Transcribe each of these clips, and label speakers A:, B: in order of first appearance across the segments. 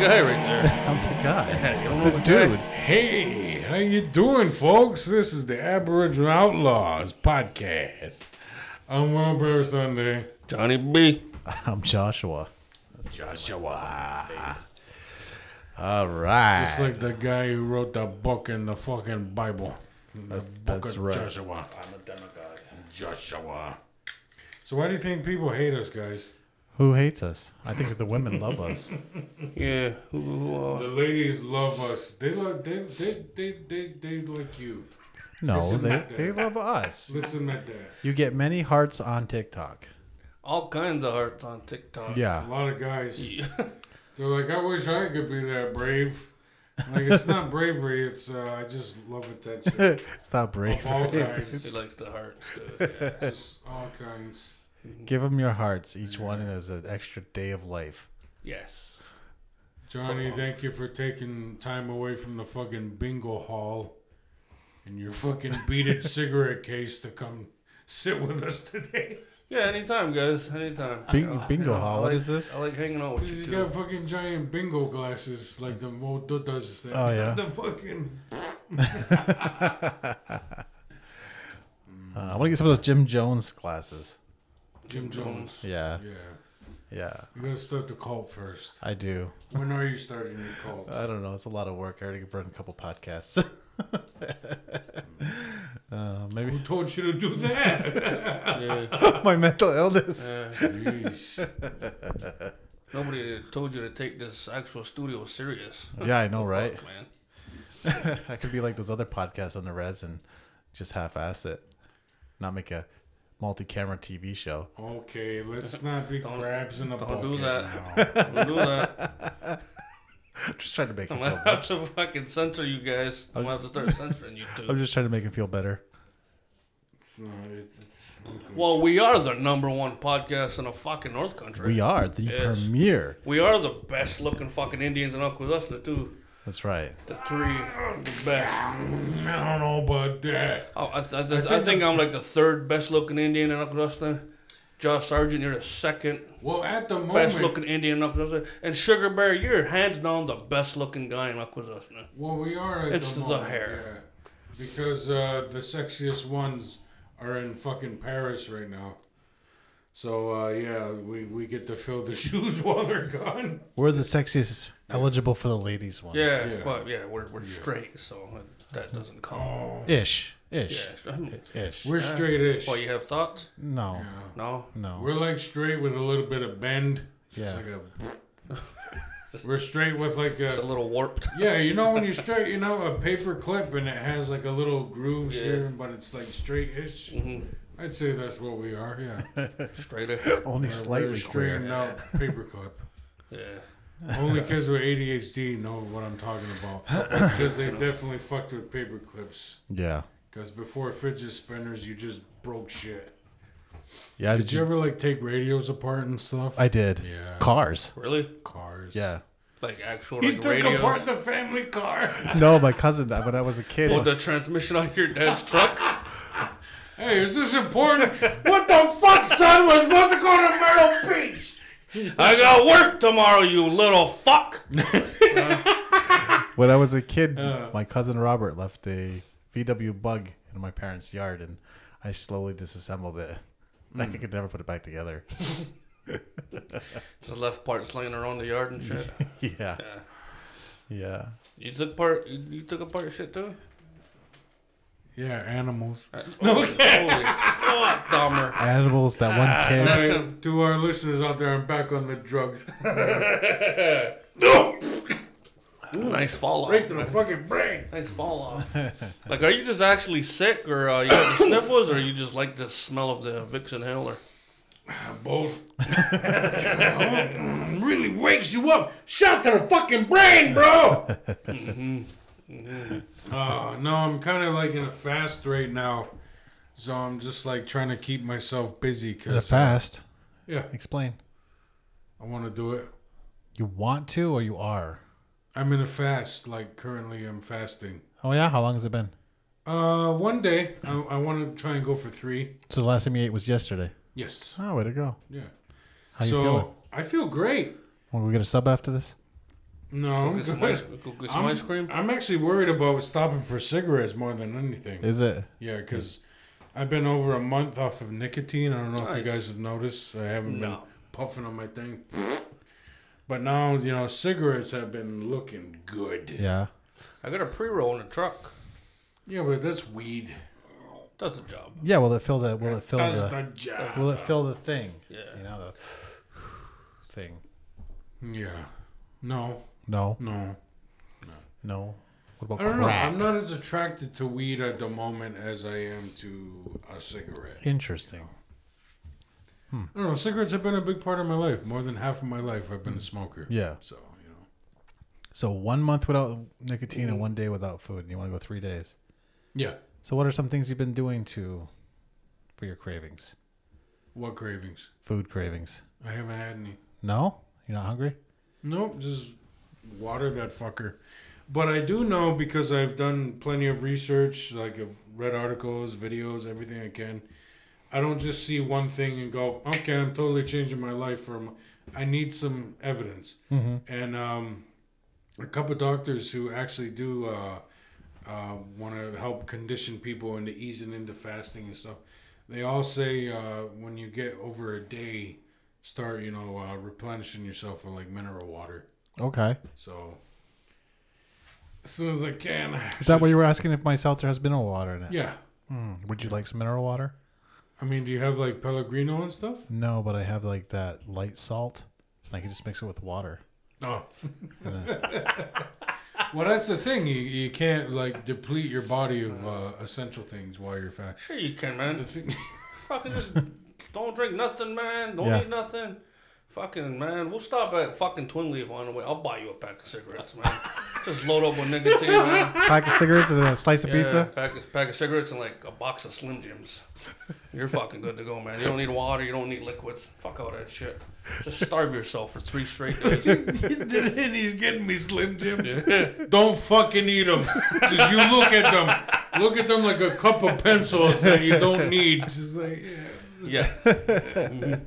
A: guy right there.
B: I'm the guy.
A: You don't
B: The dude.
A: Hey, how you doing, folks? This is the Aboriginal Outlaws podcast. I'm Ron Bear Sunday.
C: Johnny B.
B: I'm Joshua.
A: Joshua.
B: All right.
A: Just like the guy who wrote the book in the fucking Bible. The book
B: that's
A: of
B: right.
A: Joshua. I'm a demigod. Joshua. So why do you think people hate us, guys?
B: Who hates us? I think the women love us.
C: Yeah. Who, who, uh,
A: The ladies love us. They love they they they they, they like you.
B: No,
A: Listen,
B: they,
A: Matt,
B: they love us.
A: Listen at that.
B: You get many hearts on TikTok.
C: all kinds of hearts on TikTok.
A: A
B: Yeah.
A: lot of guys.
C: Yeah.
A: They're like, I wish I could be that brave. Like it's not bravery. It's uh, I just love attention
B: Stop brave.
A: of all
C: he
A: kinds,
C: likes the hearts. Too. Yeah.
A: just all kinds.
B: Give them your hearts. Each one is an extra day of life.
C: yes.
A: Johnny, thank you for taking time away from the fucking bingo hall and your fucking beaded cigarette case to come sit with us today.
C: Yeah. Anytime, guys. Anytime.
B: Bing, bingo
C: I
B: hall.
C: like-
B: Oh, What is this?
C: I like hanging out with
A: He's
C: you too.
A: got fucking giant bingo glasses like the old does thing.
B: Oh, yeah.
A: the fucking
B: Uh, I want to get some of those Jim Jones glasses.
A: Jim Jones.
B: Yeah.
A: Yeah,
B: Yeah.
A: you gotta start the cult first.
B: I do.
A: When are you starting your cult?
B: I don't know. It's a lot of work. I already burned a couple podcasts. uh,
A: Who
B: maybe
A: told you to do that?
C: Yeah.
B: my mental illness.
C: yeah.
A: Jeez.
C: Nobody told you to take this actual studio serious.
B: Yeah, I know, right?
C: Fuck, man.
B: I could be like those other podcasts on the res and just half-ass it, not make a multi-camera TV show.
A: Okay, let's not be
C: Don't-
A: crabs in a
C: don't
A: bucket
C: do
A: now.
C: that. Don't do that.
B: I'm just trying to make him
C: I'm gonna
B: feel
C: have
B: better.
C: to fucking censor you guys. I'm gonna have to start censoring you
B: I'm
C: too.
B: just trying to make him feel better.
A: It's not- it's- okay.
C: Well, we are the number one podcast in the fucking North Country.
B: We are the
C: Yes.
B: premier.
C: We are the best looking fucking Indians in Aquasasna too.
B: That's right.
C: The three, the best.
A: I don't know about that.
C: Oh, I, I, I, think, I am like the third best looking Indian in Aquasasna. Josh Sargent, you're the second
A: Well, at the moment,
C: best looking Indian in Aquasasna. And Sugar Bear, you're hands down the best looking guy in Aquasasna.
A: well, we are. At
C: It's
A: the,
C: the
A: moment,
C: hair.
A: yeah. because uh, the sexiest ones are in fucking Paris right now. So uh, yeah, we, we get to fill the shoes while they're gone.
B: We're the sexiest eligible for the ladies ones.
C: Yeah,
A: Yeah.
C: but yeah, we're, we're straight, so that doesn't count.
B: Ish. Ish.
C: Yeah.
B: Ish.
A: We're straightish.
C: Well, you have thoughts?
B: no.
C: No.
B: No.
A: We're like straight with a little bit of bend. It's
B: Yeah.
A: like a- we're straight with like
C: It's a
A: a.
C: little warped.
A: Yeah, you know when you straight, you know a paper clip and it has like a little grooves
C: Yeah.
A: here, but it's like straight-ish.
C: Mhm.
A: I'd say that's what we are. Yeah,
C: Straight up.
B: Only
A: We're
B: slightly queer.
A: straightened out paper clip.
C: Yeah.
A: Only kids with ADHD know what I'm talking about because they definitely fucked with paper clips.
B: Yeah.
A: Because before fidget spinners, you just broke shit.
B: Yeah.
A: Did you ever like take radios apart and stuff?
B: I did.
A: Yeah.
B: Cars.
C: Really?
A: Cars.
B: Yeah.
C: Like actual
A: He
C: like
A: took
C: radios.
A: apart the family car.
B: No, my cousin when I was a kid.
C: Pulled the transmission out of your dad's truck.
A: hey, is this important? what the fuck, son? We're supposed to go to Myrtle Beach.
C: I got work tomorrow, you little fuck.
B: When I was a kid, my cousin Robert left a VW bug in my parents' yard, and I slowly disassembled it. Like I could never put it back together.
C: The left part's laying around the yard and shit.
B: yeah,
C: Yeah.
B: yeah.
C: You took part. You you took apart shit too.
A: Yeah, animals.
C: Uh, No. Holy, holy fuck, Dahmer.
B: Animals. Ah, That one
A: All
B: kid.
A: right, to our listeners out there, I'm back on the drugs.
C: Ooh, nice fall off.
A: the fucking brain.
C: Nice fall off. like, are you just actually sick, or uh, you got the sniffles, or you just like the smell of the Vicks inhaler?
A: Both. really wakes you up. Shot to the fucking brain, bro. Oh, no, I'm kind of like in a fast right now. So I'm just like trying to keep myself busy
B: The
A: because
B: fast.
A: yeah,
B: Explain.
A: I want to do it.
B: You want to or you are?
A: I'm in a fast. Like currently, I'm fasting.
B: Oh yeah. How long has it been?
A: Uh, one day I, I want to try and go for three.
B: So the last time you ate was yesterday.
A: Yes.
B: Oh, way to go.
A: Yeah.
B: How you
A: so
B: feeling?
A: I feel great.
B: Will we get a sub after this?
A: No,
C: Go
A: I'm,
C: get some
A: good.
C: ice, go get some
A: I'm,
C: ice cream.
A: I'm actually worried about stopping for cigarettes more than anything.
B: Is it?
A: Yeah, because I've been over a month off of nicotine. I don't know if you
C: Nice.
A: guys have noticed. I haven't been
C: No.
A: puffing on my thing. But now, you know, cigarettes have been looking good.
B: Yeah.
C: I got a pre roll in the truck.
A: Yeah, but that's weed.
C: Does the job.
B: Yeah. Will it fill the? Will it fill
A: That's
B: the?
A: the job.
B: Will it fill the thing?
C: Yeah.
B: You know the thing.
A: yeah. No,
B: No.
A: no.
B: No. What
A: I
B: about
A: don't know.
B: crack?
A: I'm not as attracted to weed at the moment as I am to a cigarette.
B: Interesting.
A: I don't know. Cigarettes have been a big part of my life. More than half of my life, I've been a smoker.
B: Yeah.
A: So, you know.
B: So one month without nicotine and one day without food, and you want to go three days.
A: Yeah.
B: So what are some things you've been doing to, for your cravings,
A: What cravings?
B: food cravings?
A: I haven't had any.
B: No, you're not hungry.
A: Nope, just water that fucker. But I do know because I've done plenty of research, like I've read articles, videos, everything I can. I don't just see one thing and go, okay, I'm totally changing my life from. I need some evidence.
B: Mhm.
A: And um, a couple of doctors who actually do uh, uh, want to help condition people into easing into fasting and stuff, they all say uh, when you get over a day, start you know uh, replenishing yourself with like mineral water.
B: Okay.
A: So as soon as I can.
B: Is that what you were asking? If my seltzer has mineral water in it?
A: Yeah,
B: Mm, would you like some mineral water?
A: I mean, do you have like Pellegrino and stuff?
B: No, but I have like that light salt, and I can just mix it with water.
A: No. well, that's the thing. You, you can't like deplete your body of uh, essential things while you're fat.
C: Sure you can, man.
A: The thing-
C: Fucking just don't drink nothing, man. Don't
B: Yeah.
C: eat nothing. Fucking man, we'll stop at fucking Twin Leaf on the way. I'll buy you a pack of cigarettes, man. Just load up with nicotine, man.
B: Pack of cigarettes and a slice of
C: Yeah,
B: pizza.
C: pack of, pack of cigarettes, and like a box of Slim Jims. You're fucking good to go, man. You don't need water. You don't need liquids. Fuck all that shit. Just starve yourself for three straight days.
A: and he's getting me Slim Jim. Don't fucking eat them. Just you look at them. Look at them like a cup of pencils that you don't need. Just like yeah.
C: yeah.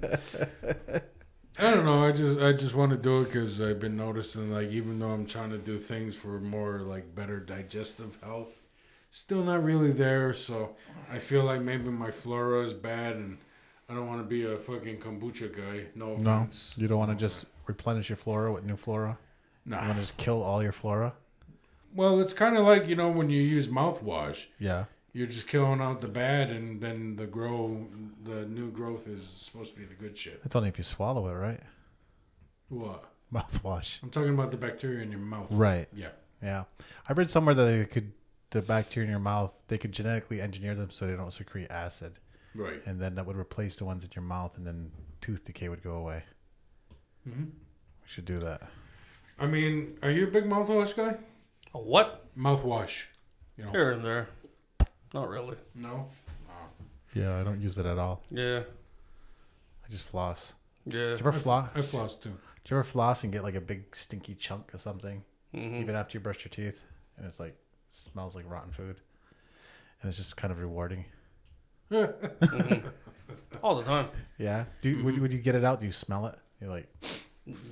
A: I don't know. I just I just want to do it because I've been noticing like even though I'm trying to do things for more like better digestive health, still not really there. So I feel like maybe my flora is bad and. I don't want to be a fucking kombucha guy. No
B: No,
A: offense.
B: you don't want to just replenish your flora with new flora. You
A: Nah.
B: want to just kill all your flora.
A: Well, it's kind of like, you know, when you use mouthwash,
B: Yeah.
A: you're just killing out the bad and then the grow the new growth is supposed to be the good shit
B: That's only if you swallow it, right?
A: what
B: Mouthwash.
A: i'm talking about the bacteria in your mouth
B: Right.
A: yeah
B: Yeah. I read somewhere that they could the bacteria in your mouth, they could genetically engineer them so they don't secrete acid.
A: right
B: And then that would replace the ones in your mouth and then tooth decay would go away. We should do that.
A: Mm-hmm. i mean are you a big mouthwash guy
C: A what?
A: mouthwash you know
C: Here and there. Not really.
A: no
B: Yeah, I don't use it at all.
C: Yeah.
B: I just floss.
C: Yeah.
B: Did you ever floss?
A: i floss too
B: Did you ever floss and get like a big stinky chunk of something,
C: Mhm.
B: even after you brush your teeth, and it's like smells like rotten food, and it's just kind of rewarding.
C: All the time.
B: Yeah. Do you,
A: Mm-hmm.
B: would, would you get it out? Do you smell it? You're like,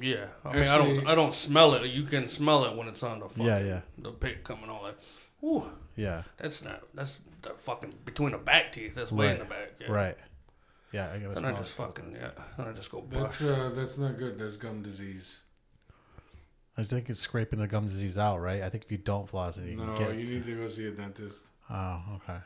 C: Yeah. I mean, I
A: Actually-
C: don't. I don't smell it. You can smell it when it's on the fucking,
B: Yeah, yeah.
C: the pit coming all that. Ooh.
B: yeah,
C: That's not. That's the fucking between the back teeth. That's way in the back. Yeah.
B: right. Yeah, I gotta
C: And
B: smell
C: I
B: it.
C: just fucking yeah. And I just go
A: that's
C: bust.
A: uh that's not good that's gum disease
B: I think it's scraping the gum disease out, right? I think if you don't floss it, you
A: no
B: can get.
A: you
B: it.
A: need to go see a dentist
B: oh, okay.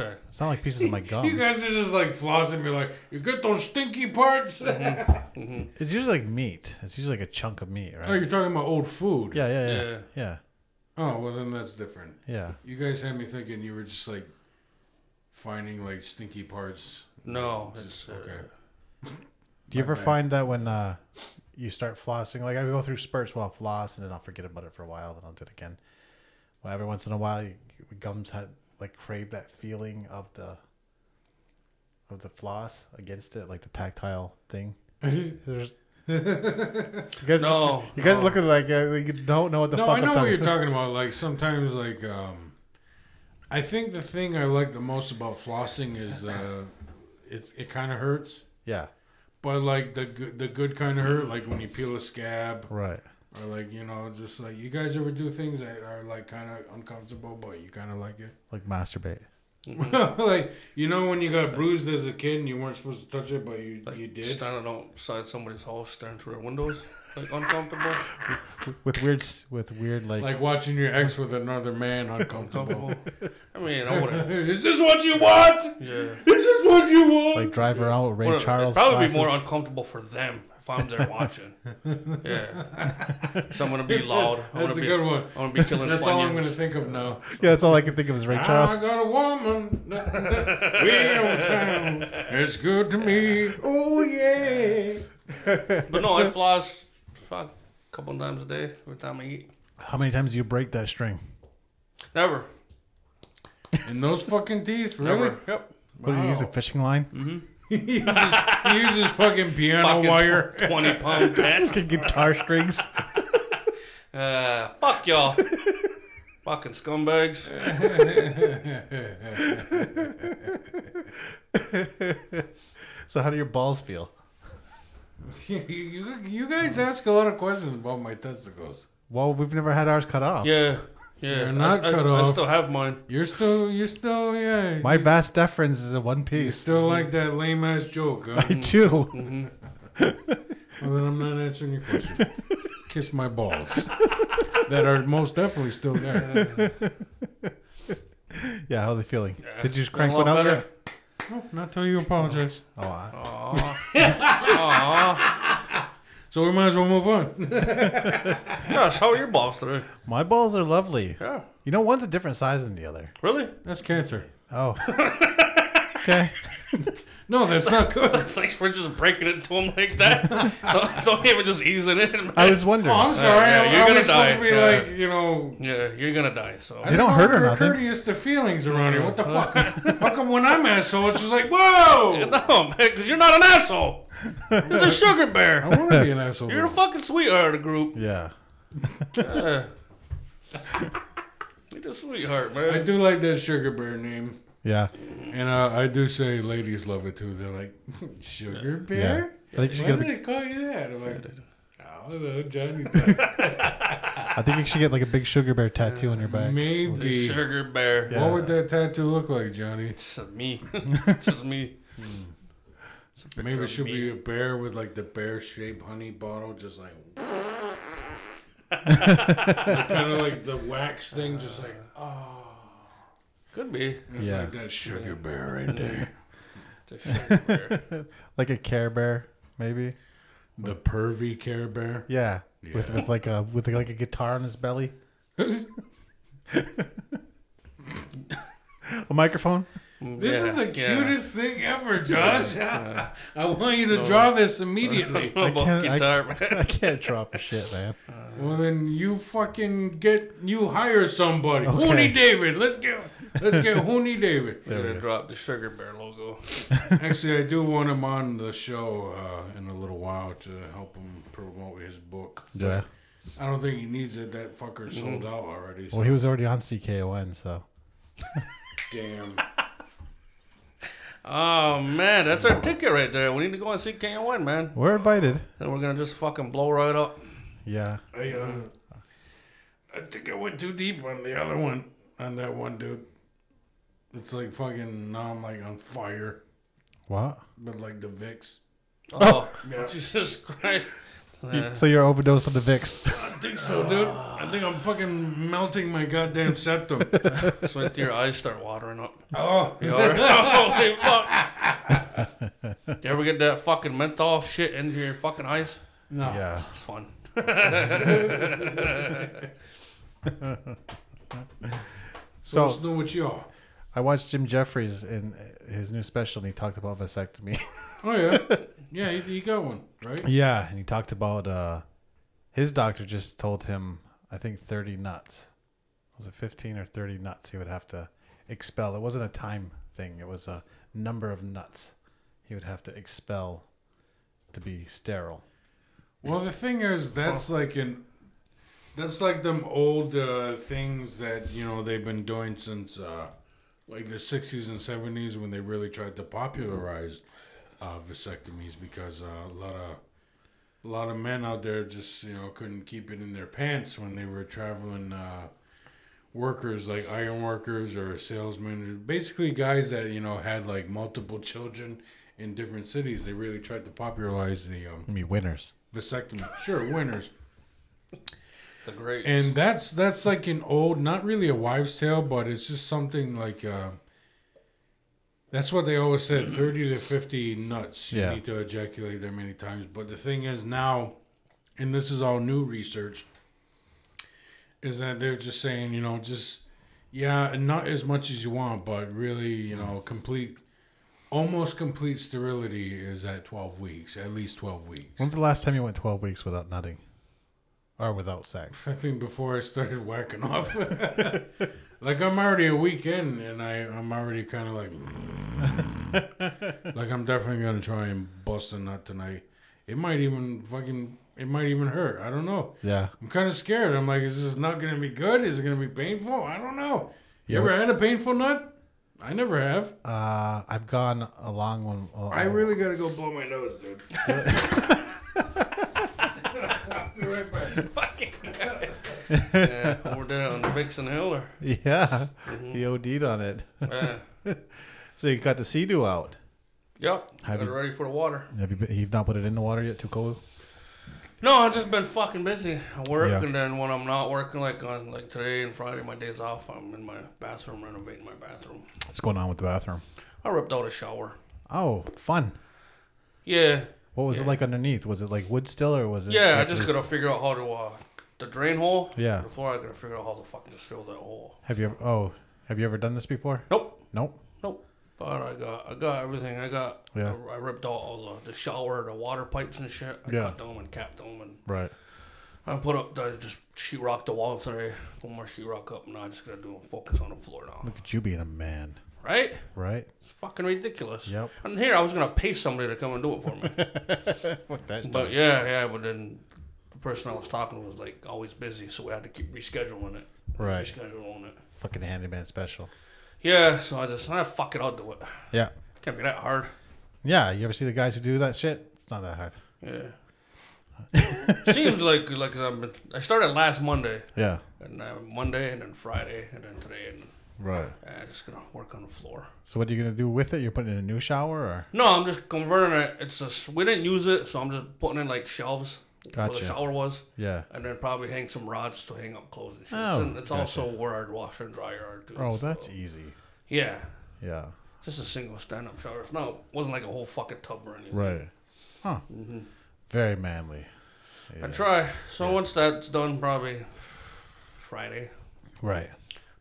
C: Okay.
B: It's not like pieces of my
A: you
B: gum.
A: guys are just like flossing me like you get those stinky parts
B: Mm-hmm. It's usually like meat. It's usually like a chunk of meat,
A: oh
B: right?
A: you're talking about old food
B: yeah, yeah, yeah, yeah,
C: Yeah.
B: yeah,
A: oh well then that's different You guys had me thinking you were just like finding like stinky parts.
C: No.
A: Just,
C: it's, uh,
A: okay.
B: Do you
A: My
B: ever
A: bad.
B: find that when uh, you start flossing, like I go through spurts while I floss, and then I'll forget about it for a while, then I'll do it again. Well, every once in a while, you, your gums had like crave that feeling of the of the floss against it, like the tactile thing. There's- you guys,
C: No,
B: you guys
C: no.
B: looking like uh, you don't know what the
A: No,
B: fuck.
A: I
B: I'm
A: know what
B: talking-
A: you're talking about. Like sometimes, like um, I think the thing I like the most about flossing is uh, it's it kind of hurts,
B: Yeah,
A: But like the good, the good kind of hurt, like when you peel a scab,
B: Right.
A: or like you know, just like you guys ever do things that are like kind of uncomfortable, but you kind of like it.
B: Like masturbate.
A: like you know when you got bruised as a kid and you weren't supposed to touch it, but you you did.
C: standing outside somebody's house, staring through their windows, like uncomfortable,
B: With weird, s- with weird, like,
A: Like watching your ex with another man, uncomfortable.
C: uncomfortable. I mean, I would have.
A: Is this what you want?
C: Yeah.
A: Is this what you want?
B: like drive around with Ray
C: Would've- It'd
B: Charles.
C: probably
B: glasses.
C: be more uncomfortable for them if I'm there watching. yeah. So I'm gonna be loud. I'm
A: That's
C: gonna
A: a
C: be,
A: good one.
C: I'm gonna be killing
A: That's all I'm gonna
C: Funyuns.
A: think of now.
B: yeah, that's all I can think of is Ray
A: I
B: Charles.
A: got a woman. Real town. It's good to me. Oh, yeah.
C: But no, I floss fuck a couple times a day every time I eat.
B: How many times do you break that string?
C: Never.
A: And those fucking teeth, really?
C: Never. Yep.
B: What do you use a
A: Wow.
B: fishing line?
A: he, uses, he uses fucking piano
C: Fucking
A: wire.
C: twenty pound test.
B: Guitar strings.
C: Uh, fuck y'all. Fucking scumbags.
B: So how do your balls feel?
A: you, you- you guys ask a lot of questions about my testicles.
B: Well, we've never had ours cut off.
C: Yeah. Yeah.
A: You're not
C: I, I,
A: cut
C: I
A: off.
C: still have mine.
A: You're still, you're still, yeah.
B: My vast deference is in one
A: you
B: piece.
A: still like that lame ass joke, huh?
B: I do.
C: hmm
A: Well, then I'm not answering your question. Kiss my balls. that are most definitely still there.
B: Yeah, how are they feeling?
C: Yeah.
B: Did you just
C: Feeling
B: crank
C: a
B: one
C: lot
B: out
C: better.
B: yet?
A: Not till you apologize.
B: Oh, I-
C: Aw. Aw.
A: So we might as well move on.
C: Josh, how are your balls today?
B: my balls are lovely.
C: Yeah.
B: You know, one's a different size than the other.
C: Really?
A: That's cancer.
B: Oh. okay.
A: No, that's not good.
C: Thanks for just breaking it to him like that. don't, don't even just ease it in.
B: I was wondering.
A: Oh, I'm sorry.
C: yeah,
A: I-
C: you're
A: I
C: gonna
A: was supposed
C: die.
A: to be
C: Yeah.
A: like, you know.
C: Yeah, you're gonna die. So
A: I
B: They don't
A: know
B: hurt or
A: you're
B: nothing.
A: courteous to feelings around here. What the fuck? How come when I'm asshole, it's just like, whoa!
C: no, man, because you're not an asshole. You're the sugar
A: I
C: bear.
A: want to be an asshole.
C: You're the fucking sweetheart of the group.
B: Yeah.
C: Yeah. you're the sweetheart,
A: I
C: man.
A: do like that sugar bear name,
B: Yeah.
A: and uh, I do say ladies love it too. They're like, sugar
B: Yeah.
A: bear.
B: I think you should
A: Why
B: get.
A: did
B: A,
A: they call you that? I'm like, I don't know, Johnny.
B: I think you should get like a big sugar bear tattoo on your back.
C: The
A: Maybe.
C: sugar bear.
B: Yeah.
A: What would that tattoo look like, Johnny?
C: It's just me. it's just me. It's a picture
A: Maybe it
C: of
A: should
C: me.
A: be a bear with like the bear shaped honey bottle, just like. kind of like the wax thing, just like, oh.
C: Could be.
A: It's
B: Yeah.
A: like that sugar bear right there.
C: It's a sugar bear.
B: Like a Care Bear, maybe.
A: The pervy Care Bear.
B: Yeah. With
A: Yeah.
B: with like a with like a guitar on his belly,
A: this
B: a microphone.
A: is
C: Yeah,
A: the
C: yeah.
A: cutest thing ever, Josh.
C: Yeah.
A: I want you to draw this immediately.
C: I about
B: can't- I-
C: guitar, man.
B: I can't draw for shit, man.
A: Well, then you fucking get you hire somebody.
B: Okay.
A: Hooney David. Let's get let's get Hooney David.
C: They're gonna drop the sugar bear logo.
A: Actually, I do want him on the show uh, in a little while to help him promote his book.
B: Yeah.
A: I don't think he needs it. That fucker
B: Mm-hmm.
A: sold out already. So
B: Well, he was already on CKON, so
A: damn.
C: Oh man, that's our ticket right there. We need to go and see KO1, man.
B: we're invited.
C: Then we're gonna just fucking blow right up.
B: Yeah.
A: I uh, I think I went too deep on the other one on that one dude. It's like fucking now I'm like on fire,
B: What?
A: but like the Vicks.
C: Oh,
A: Yeah.
C: Jesus Christ! Yeah.
B: So you're overdosed on the Vicks.
A: I think so, dude. I think I'm fucking melting my goddamn septum.
C: That's when your eyes start watering up.
A: oh,
C: You all right? Holy fuck! you ever get that fucking menthol shit into your fucking eyes?
A: no.
B: Yeah.
C: It's fun.
A: So
B: So
A: let's know what y'all.
B: I watched Jim Jeffries in his new special, and he talked about vasectomy.
A: Oh yeah, yeah. You, you got one, right?
B: yeah, and he talked about uh, his doctor just told him, I think thirty nuts. Was it fifteen or thirty nuts? He would have to expel. It wasn't a time thing. It was a number of nuts he would have to expel to be sterile.
A: Well, the thing is, that's like an, that's like them old uh, things that you know they've been doing since uh, like the '60s and '70s when they really tried to popularize uh, vasectomies because uh, a lot of a lot of men out there just you know couldn't keep it in their pants when they were traveling uh, workers like iron workers or salesmen, basically guys that you know had like multiple children in different cities. They really tried to popularize the um,
B: I mean, winners.
A: vasectomy. Sure, winners.
C: The great.
A: And that's that's like an old, not really a wives' tale, but it's just something like. Uh, that's what they always said: thirty to fifty nuts. You
B: Yeah.
A: need to ejaculate that many times. But the thing is now, and this is all new research, is that they're just saying, you know, just yeah, not as much as you want, but really, you know, complete, almost complete sterility is at twelve weeks, at least twelve weeks.
B: When's the last time you went 12 weeks without nutting? Or without sex?
A: I think before I started whacking off. like I'm already a week in, and I I'm already kind of like, like I'm definitely gonna try and bust a nut tonight. It might even fucking it might even hurt. I don't know.
B: Yeah.
A: I'm kind of scared. I'm like, is this not gonna be good? Is it gonna be painful? I don't know. You
B: Yeah,
A: ever had a painful nut? I never have.
B: Uh, I've gone a long one. a-
A: I really gotta go blow my nose, dude. I'll be right back.
C: fucking guy. yeah, we're down on the Vixen Hill or
B: Yeah. He OD'd on it.
C: yeah.
B: so you got the sea dew out.
C: Yep.
B: Have
C: got
B: you-
C: it ready for the water.
B: Have you been, you've not put it in the water yet? Too cold?
C: No, I've just been fucking busy. I work
B: Yeah.
C: and then when I'm not working like on like today and Friday, my days off, I'm in my bathroom renovating my bathroom.
B: What's going on with the bathroom?
C: I ripped out a shower.
B: Oh, fun.
C: Yeah.
B: What was it like underneath? Was it like wood still or was it?
C: Yeah, I just gotta figure out how to uh the drain hole.
B: Yeah.
C: The floor I gotta figure out how to fucking just fill that hole.
B: Have you ever, oh, have you ever done this before?
C: Nope.
B: Nope.
C: Nope. But I got I got everything. I got
B: Yeah.
C: I, ripped out all the, the shower, the water pipes and shit. I
B: Yeah.
C: cut them and capped them and
B: Right.
C: I put up the just sheetrock the wall today. One more sheetrock up and I just gotta do a focus on the floor now.
B: Look at you being a man.
C: Right?
B: Right?
C: It's fucking ridiculous.
B: Yep.
C: And here I was gonna pay somebody to come and do it for me. but yeah, yeah, but then the person I was talking to was like always busy, so we had to keep rescheduling it.
B: Right.
C: Rescheduling it.
B: Fucking handyman special.
C: Yeah, so I just I fuck it, I'll do it.
B: Yeah.
C: Can't be that hard.
B: Yeah. You ever see the guys who do that shit? It's not that hard.
C: Yeah. Seems like like I've been, I started last Monday
B: Yeah.
C: and uh, Monday and then Friday and then today and
B: Right.
C: uh, just gonna work on the floor.
B: So what are you gonna do with it? You're putting in a new shower or
C: No, I'm just converting it. It's just we didn't use it, so I'm just putting in like shelves where
B: Gotcha.
C: the shower was,
B: yeah.
C: and then probably hang some rods to hang up clothes and shit.
B: Oh,
C: and it's
B: gotcha.
C: also where our washer and dryer are too.
B: Oh,
C: so-
B: that's easy.
C: yeah.
B: Yeah.
C: Just a single stand-up shower. It's not wasn't like a whole fucking tub or anything.
B: Right. Huh. Very manly.
C: I try. So once that's done, probably Friday.
B: Right.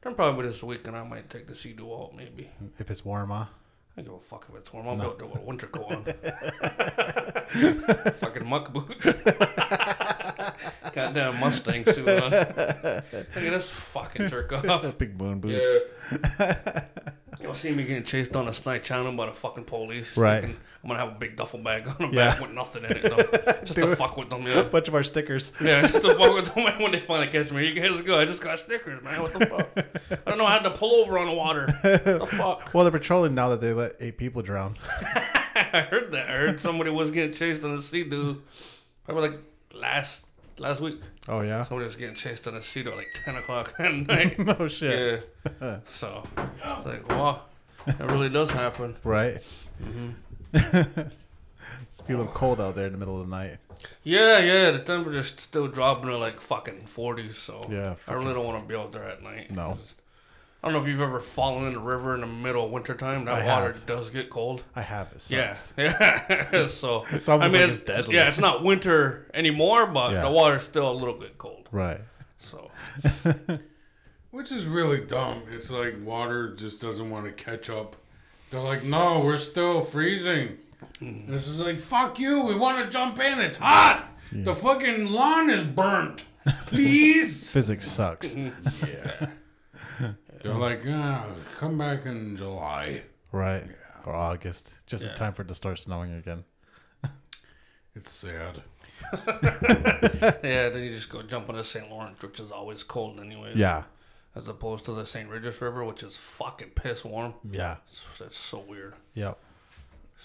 C: Then probably this weekend I might take the sea dew out. Maybe
B: If it's warm, huh?
C: I don't give a fuck if it's warm. I'm out there with a winter coat on. Fucking muck boots. Goddamn Mustang suit on. Look at this fucking jerk off.
B: Big moon
C: Yeah.
B: boots.
C: You'll see me getting chased on a night channel by the fucking police.
B: Right.
C: Thinking I'm gonna have a big duffel bag on my
B: Yeah.
C: back with nothing in it, though. just to fuck with them. Yeah.
B: Bunch of our stickers.
C: Yeah, just the fuck with them when they finally catch me. You guys go. I just got Snickers, man. What the fuck? I don't know. I had to pull over on the water. the fuck?
B: Well, they're patrolling now that they let eight people drown.
C: I heard that. I heard somebody was getting chased on the sea dude. Probably like last last week.
B: Oh yeah.
C: Somebody was getting chased on the sea dude at like ten o'clock at night.
B: No shit.
C: yeah. So like wow, that really does happen.
B: Right. Mm-hmm. it's be a little cold out there in the middle of the night.
C: Yeah, yeah. The temperature's still dropping to like fucking forties. So
B: Yeah,
C: I
B: fucking-
C: really don't want to be out there at night.
B: No.
C: I don't know if you've ever fallen in a river in the middle of wintertime. That
B: I
C: water
B: have.
C: does get cold.
B: I have it. Sucks.
C: Yeah, yeah. so
B: It's almost like it's deadly.
C: yeah, it's not winter anymore, but
B: Yeah.
C: the water's still a little bit cold.
B: Right.
C: So
A: Which is really dumb. It's like water just doesn't want to catch up. They're like, no, we're still freezing. This is like, fuck you. We want to jump in. It's hot. The fucking lawn is burnt. Please.
B: Physics sucks.
C: Mm-hmm.
A: yeah. They're like, ah, come back in July.
B: Right. Or August. Just in time for it to start snowing again.
A: It's sad.
C: yeah, then you just go jump on the St. Lawrence, which is always cold anyway.
B: Yeah.
C: as opposed to the St. Regis River, which is fucking piss warm.
B: Yeah.
C: It's- That's so weird.
B: Yep.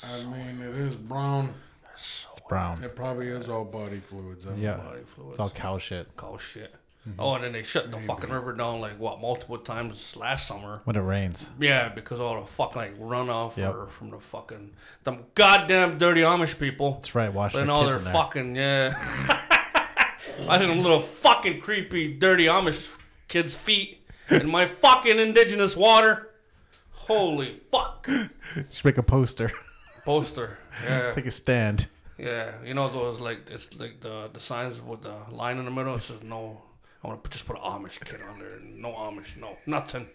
A: I mean, it is brown.
B: It's brown.
A: It probably is all body fluids. huh?
B: Yeah,
C: Body fluids.
B: it's all cow shit.
C: Cow shit. Oh, and then they shut the fucking river down like what multiple times last summer.
B: When it rains,
C: Yeah, because all the fucking like runoff
B: Yep.
C: or from the fucking them goddamn dirty Amish people.
B: that's right. Wash the
C: And
B: kids
C: all their
B: in there.
C: fucking yeah. I see them little fucking creepy dirty Amish kids' feet in my fucking indigenous water. Holy fuck.
B: Should make a poster.
C: Poster. Yeah.
B: Take a stand.
C: Yeah, you know those like it's like the the signs with the line in the middle. It says no. I want to just put an Amish kid on there. No Amish, no nothing.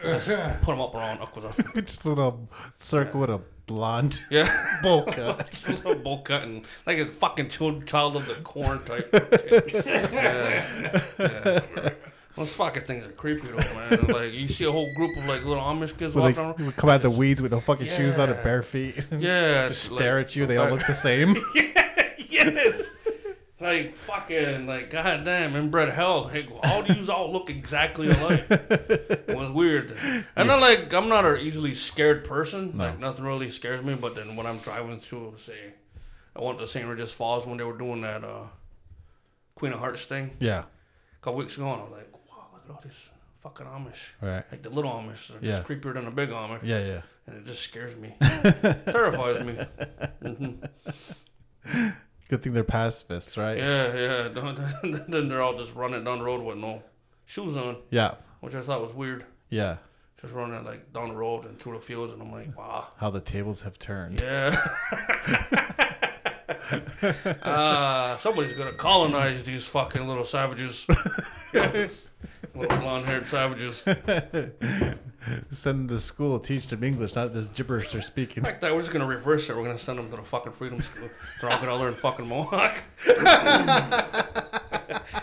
C: Just put them up around Aquazon.
B: Just a little circle with a blonde
C: Yeah,
B: bowl cut.
C: it's a little bowl cut and like a fucking child, child of the corn type. kid. yeah. yeah. Those fucking things are creepy though, man. Like you see a whole group of like little Amish kids
B: Where
C: walking
B: they
C: around.
B: would come out the weeds with no fucking shoes on
C: Yeah.
B: and bare feet.
C: Yeah,
B: Just
C: like-
B: stare at you. They all look the same.
C: yes. Like fucking like goddamn inbred hell. Hey, all these all look exactly alike. it was weird. And then like I'm not an easily scared person. Like nothing really scares me. But then when I'm driving through, say, I went to St. Regis Falls when they were doing that uh, Queen of Hearts thing
B: yeah.
C: a couple weeks ago, and I was like, wow, look at all these fucking Amish.
B: Right.
C: Like the little Amish, they're
B: Yeah.
C: just creepier than the big Amish
B: Yeah. Yeah.
C: and it just scares me, terrifies me.
B: Good thing they're pacifists, right?
C: Yeah, yeah. Don't- then they're all just running down the road with no shoes on,
B: Yeah.
C: which I thought was weird.
B: Yeah.
C: Just running like down the road and through the fields, and I'm like, wow,
B: How the tables have turned.
C: yeah. uh, somebody's gonna colonize these fucking little savages, Yes. little blonde-haired savages. In
B: Send them to school, teach them English, not this gibberish they're speaking.
C: fact, that we're just gonna reverse it. We're gonna send them to the fucking freedom school. They're all gonna learn fucking Mohawk.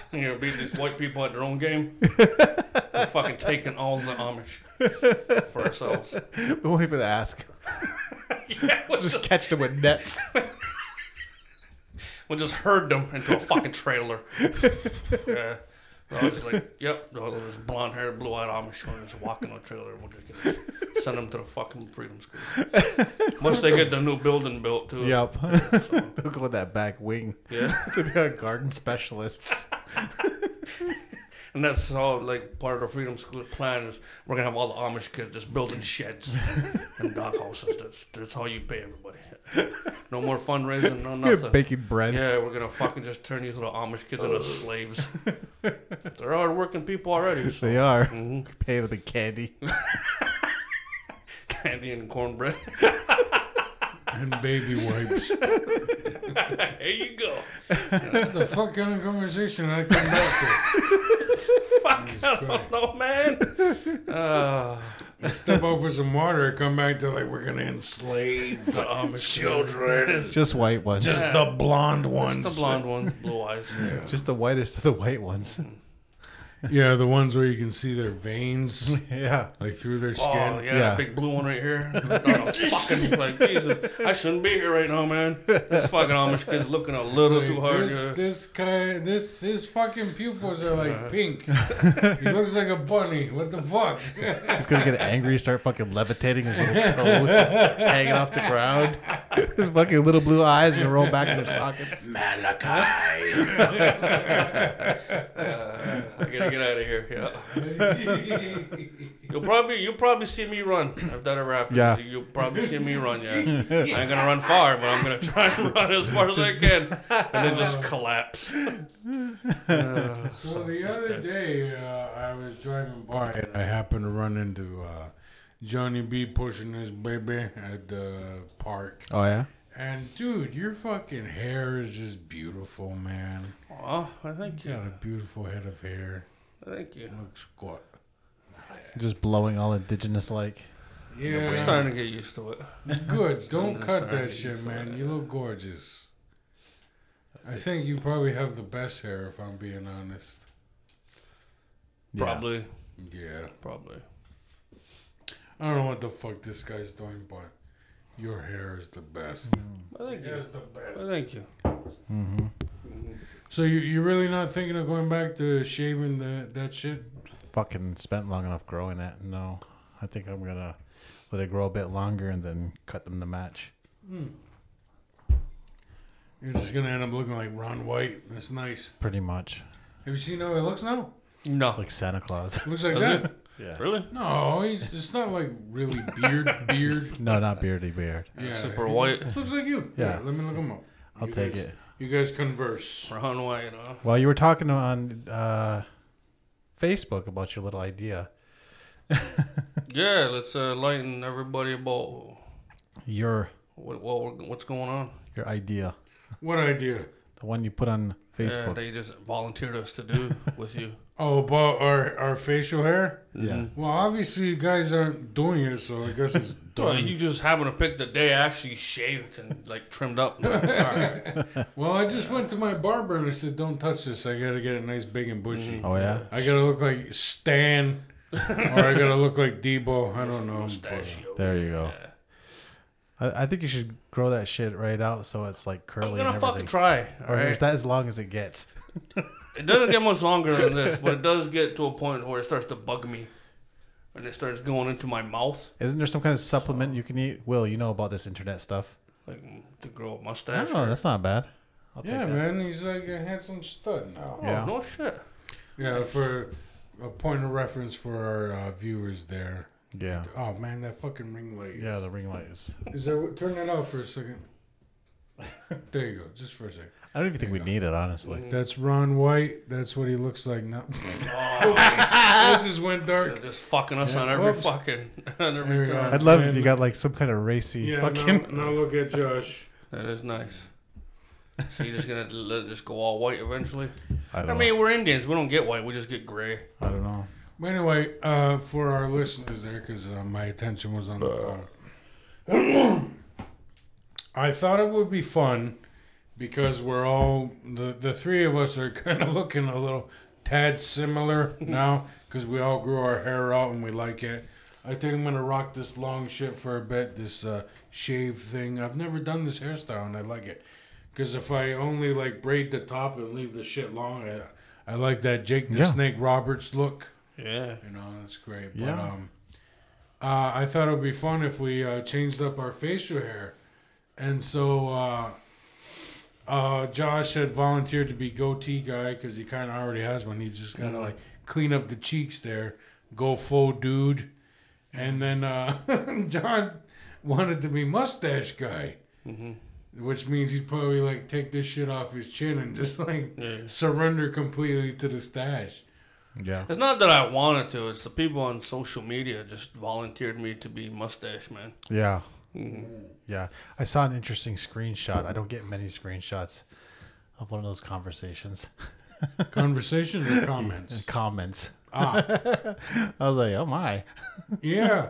C: you know, beat these white people at their own game. We're fucking taking all the Amish for ourselves.
B: we won't even ask.
C: Yeah, we'll
B: Just
C: just,
B: catch them with nets.
C: we'll just herd them into a fucking trailer. Yeah. So I was just like, yep, all those blonde haired, blue eyed Amish are just walking on a trailer and we'll just get send them to the fucking freedom school. Once they get the new building built, too.
B: yep.
C: So,
B: They'll go in that back wing.
C: yeah.
B: They'll be our garden specialists.
C: And that's all like part of the freedom school plan is we're gonna have all the Amish kids just building sheds and dog houses. That's that's how you pay everybody. No more fundraising, no nothing.
B: Baking bread.
C: Yeah, we're gonna fucking just turn these little Amish kids into
B: Uh.
C: slaves. They're hardworking people already. So.
B: They are.
C: Mhm.
B: Pay them in candy.
C: Candy and cornbread.
A: And baby wipes.
C: there you go.
A: what the fuck kind of conversation I come back
C: Fuck, I don't
A: Christ.
C: know, man. Uh,
A: to? I step over some water, I come back to like, we're going to enslave the Amish children.
B: Just white ones. Just,
A: Just the blonde ones.
C: the blonde ones, blue eyes.
B: the whitest of the white ones.
A: Yeah, the ones where you can see their veins
B: yeah.
A: like through their
C: Oh
A: skin.
C: yeah,
B: Yeah.
C: that big blue one right here. Oh, fucking like Jesus, I shouldn't be here right now, man. This fucking Amish kid's looking a little
A: Like,
C: too hard.
A: This,
C: yeah. Uh-huh.
A: this guy, this his fucking pupils are like pink. he looks like a bunny. What the fuck?
B: He's gonna get angry, start fucking levitating his little toes, just hanging off the ground. His fucking little blue eyes gonna roll back in their sockets.
C: Malachi. uh, I gotta get out of here. Yeah. You'll probably you'll probably see me run if that ever happens.
B: Yeah.
C: You'll probably see me run. Yeah. I ain't gonna run far, but I'm gonna try and run as far as I can, and then just collapse. Uh,
A: So the other day, uh, I was driving by and I happened to run into uh, Johnny B pushing his baby at the park.
B: Oh yeah.
A: And dude, your fucking hair is just beautiful, man.
C: well, I thank
A: You
C: you.
A: got a beautiful head of hair.
C: Thank you.
A: Looks good.
B: Just blowing all indigenous like.
A: Yeah,
C: We're starting to get used to it.
A: Good.
C: Standard
A: Don't cut that
C: standard,
A: shit,
C: so
A: man.
C: that-
A: You look gorgeous. I think you probably have the best hair, if I'm being honest.
B: Yeah.
C: Probably.
A: Yeah.
C: Probably.
A: I don't know what the fuck this guy's doing, but your hair is the best.
C: I thank you.
A: the
C: I
A: best.
C: thank you.
B: Mm-hmm.
A: So you you really not thinking of going back to shaving the that shit?
B: Fucking spent long enough growing it. No, I think I'm gonna let it grow a bit longer and then cut them to match.
A: You're just gonna end up looking like Ron White. That's nice.
B: Pretty much.
A: Have you seen how he looks now?
C: No.
B: Like Santa Claus.
A: Looks like
C: Does
A: that.
B: yeah.
C: Really?
A: No, he's it's not like really beard beard.
B: No, not beardy beard.
A: Yeah,
C: Super white.
A: Looks like you.
B: Yeah.
A: Here, let me look him up.
B: I'll
A: You
B: take
A: guys-
B: it.
A: You guys converse.
C: Ron White, huh?
B: Well, you were talking on uh, Facebook about your little idea.
C: Yeah, let's uh, lighten everybody about
B: Your
C: what, what we're, what's going on.
B: your idea,
A: What idea?
B: the one you put on
C: Yeah,
B: Facebook.
C: they just volunteered us to do with you.
A: Oh, about our our facial hair.
B: yeah.
A: Well, obviously you guys aren't doing it, so I guess it's
C: Well,
A: done.
C: you just happen to pick the day I actually shaved and like trimmed up. Like, all right.
A: Well, I just went to my barber and I said, "Don't touch this. I gotta get it nice, big and bushy.
B: Oh yeah.
A: I gotta look like Stan, or I gotta look like Debo. I don't know." but-
C: Mustachio.
B: There you go.
C: Yeah.
B: I, I think you should grow that shit right out so it's like curly.
C: I'm gonna
B: and
C: fucking
B: everything.
C: try. All
B: Or
C: right.
B: is that as long as it gets?
C: It doesn't get much longer than this, but it does get to a point where it starts to bug me, and it starts going into my mouth,
B: Isn't there some kind of supplement you can eat? Will, you know about this internet stuff.
C: like to grow a
B: I
C: mustache.
B: don't know. That's not bad. I'll take
A: yeah,
B: that.
A: man, he's like a handsome stud now.
C: Oh,
B: Yeah.
C: No shit.
A: Yeah, for a point of reference for our uh, viewers there.
B: Yeah.
A: Oh man, that fucking ring light. is-
B: Yeah, the ring light is.
A: Is that what- turn that off for a second? There you go, just for a second.
B: I don't even think we need it, honestly.
A: That's Ron White. That's what he looks like now.
C: Oh,
A: it just went
C: they're
A: dark.
C: just fucking us
A: Yeah,
C: on every
A: whoops.
C: fucking on
A: There
C: every
A: you
C: turn.
A: go.
B: I'd love
A: Man.
B: if you got like some kind of racy
A: Yeah.
B: fucking.
A: Now, now look at Josh.
C: That is nice. So you're just gonna let it just go all white eventually.
B: I don't
C: I mean, we're Indians. We don't get white. We just get gray.
B: know. I don't know.
A: But anyway, uh, for our listeners there, because uh, my attention was on the phone, I thought it would be fun because we're all the the three of us are kind of looking a little tad similar now because we all grew our hair out and we like it. I think I'm gonna rock this long shit for a bit, this uh, shave thing. I've never done this hairstyle and I like it because if I only like braid the top and leave the shit long, I, I like that Jake the
B: Yeah.
A: Snake Roberts look.
C: Yeah.
A: You know, that's great. But
B: Yeah.
A: um, uh, I thought it would be fun if we uh, changed up our facial hair. And so uh, uh, Josh had volunteered to be goatee guy because he kind of already has one. He just got to like clean up the cheeks there, go full dude. And then uh, John wanted to be mustache guy. Which means he'd probably like take this shit off his chin and just like
C: Yeah.
A: surrender completely to the stash.
B: Yeah.
C: It's not that I wanted to. It's the people on social media just volunteered me to be mustache man.
B: Yeah.
C: Mm.
B: Yeah. I saw an interesting screenshot. I don't get many screenshots of one of those conversations,
A: Conversation or comments?
B: comments.
A: ah,
B: I was like, oh my.
A: yeah.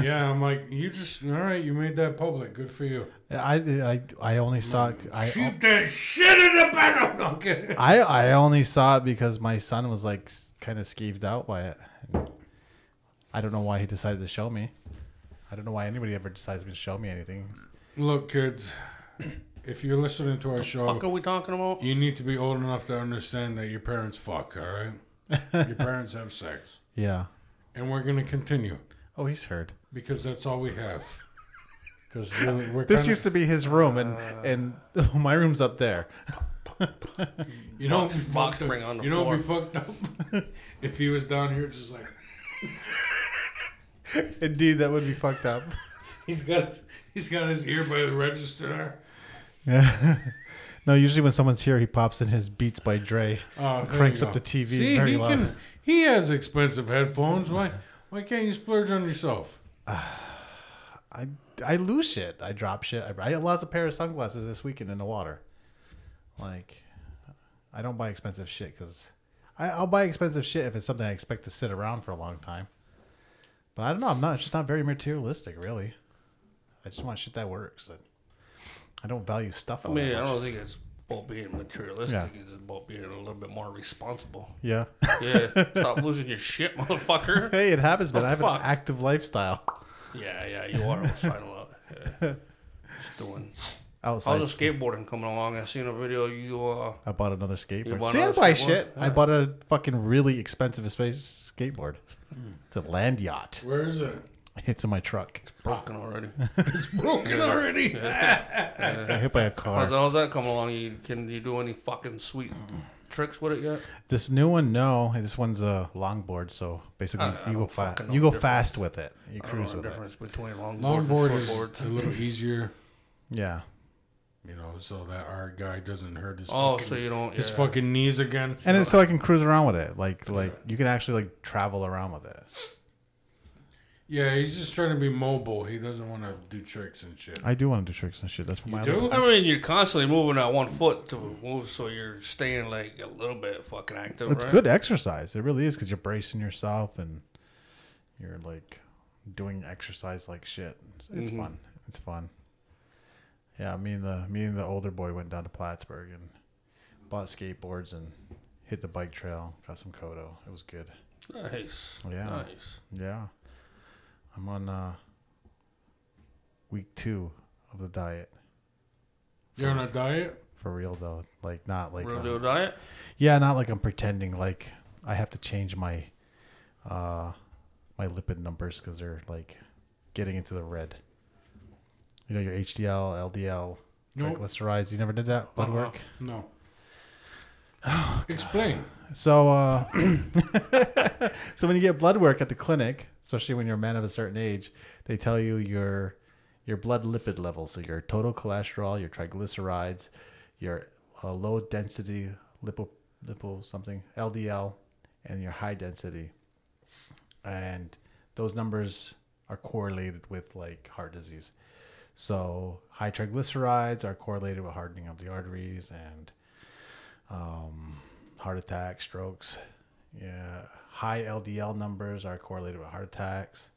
A: Yeah, I'm like, you just, all right, you made that public. Good for you.
B: I, I, I only saw it. I,
A: Keep that shit in the back. No, I'm kidding.
B: I, I only saw it because my son was like kind of skeeved out by it. And I don't know why he decided to show me. I don't know why anybody ever decides to show me anything.
A: Look, kids, if you're listening to our
C: Fuck are
A: show,
C: we talking about?
A: you need to be old enough to understand that your parents fuck, all right? Your parents have sex.
B: Yeah.
A: And we're going to continue
B: Oh, he's heard.
A: because that's all we have. Because we're, we're
B: This
A: kinda-
B: used to be his room, and and my room's up there.
A: You know, what'd be
C: Fox
A: fucked up-
C: bring on the
A: you know, what'd be fucked up if he was down here just like,
B: Indeed, that would be fucked up.
A: he's got, he's got his ear by the register.
B: Yeah. no, usually when someone's here, he pops in his Beats by Dre.
A: Oh, there
B: cranks
A: you
B: up
A: go.
B: the TV
A: See,
B: very
A: he
B: loud.
A: Can, he has expensive headphones. Why? Why can't you splurge on yourself?
B: I, I lose shit. I drop shit. I, I lost a pair of sunglasses this weekend in the water. Like, I don't buy expensive shit because I'll buy expensive shit if it's something I expect to sit around for a long time. But I don't know. I'm not. It's just not very materialistic, really. I just want shit that works. And I don't value stuff.
C: I
A: Oh,
B: all
C: mean,
B: that
C: I
B: much.
C: don't think it's about being materialistic.
B: Yeah.
C: It's about being a little bit more responsible.
B: Yeah.
C: Yeah, stop losing your shit, motherfucker.
B: hey, it happens, but
C: Oh,
B: I have
C: fuck.
B: an active lifestyle
C: Yeah, yeah, you are outside a lot. Yeah. Just doing.
B: outside.
C: How's the skateboarding coming along? I seen a video you uh
B: I bought another
C: You
B: skateboard.
C: bought
B: See,
C: another
B: I buy
C: skateboard?
B: shit. I bought a fucking really expensive space skateboard. It's a land yacht.
A: Where is it?
B: It's in my truck. Ah.
C: Broken already.
A: It's broken already.
B: I hit by a
C: How's,
B: car.
C: how's that come along? You can you do any fucking sweet tricks with it yet?
B: This new one, no. This one's a longboard, so basically
C: I- I
B: you go
C: don't
B: fast.
C: Uh, fucking know
B: You go
C: the difference.
B: fast with it. You
C: I don't
B: cruise
C: know
B: with
C: the
B: it.
C: difference between longboard,
A: Longboard
C: and
A: is
C: shortboard.
A: a little easier,
B: Yeah.
A: you know, so that our guy doesn't hurt his
C: Oh,
A: fucking,
C: so you don't.
A: his
C: yeah.
A: fucking knees again.
B: And it's so I can cruise around with it. Like like you can actually like travel around with it.
A: Yeah, he's just trying to be mobile. He doesn't want to do tricks and shit.
B: I do want to do tricks and shit. That's what
A: You
B: my
A: do?
B: other-
C: I mean, you're constantly moving that one foot to move, so you're staying like a little bit fucking active.
B: It's
C: right?
B: good exercise. It really is because you're bracing yourself and you're like doing exercise like shit. It's, it's
C: Mhm.
B: fun. It's fun. Yeah, me and the me and the older boy went down to Plattsburgh and bought skateboards and hit the bike trail. Got some kodo. It was good.
C: Nice.
B: Yeah.
C: Nice.
B: Yeah, I'm on uh, week two of the diet
A: You're on a diet?
B: for real though. Like not like
C: Real
B: uh,
C: deal diet.
B: Yeah, not like I'm pretending like I have to change my uh my lipid numbers cuz they're like getting into the red. You know your HDL, LDL,
A: Nope.
B: triglycerides, you never did that blood
C: Uh-uh.
B: work.
A: No.
B: Oh,
A: Explain.
B: So uh so when you get blood work at the clinic, especially when you're a man of a certain age, they tell you your your blood lipid levels, so your total cholesterol, your triglycerides, your uh, low density lipo lipo something LDL, and your high density, and those numbers are correlated with like heart disease. So high triglycerides are correlated with hardening of the arteries and um, heart attacks, strokes. Yeah, high LDL numbers are correlated with heart attacks.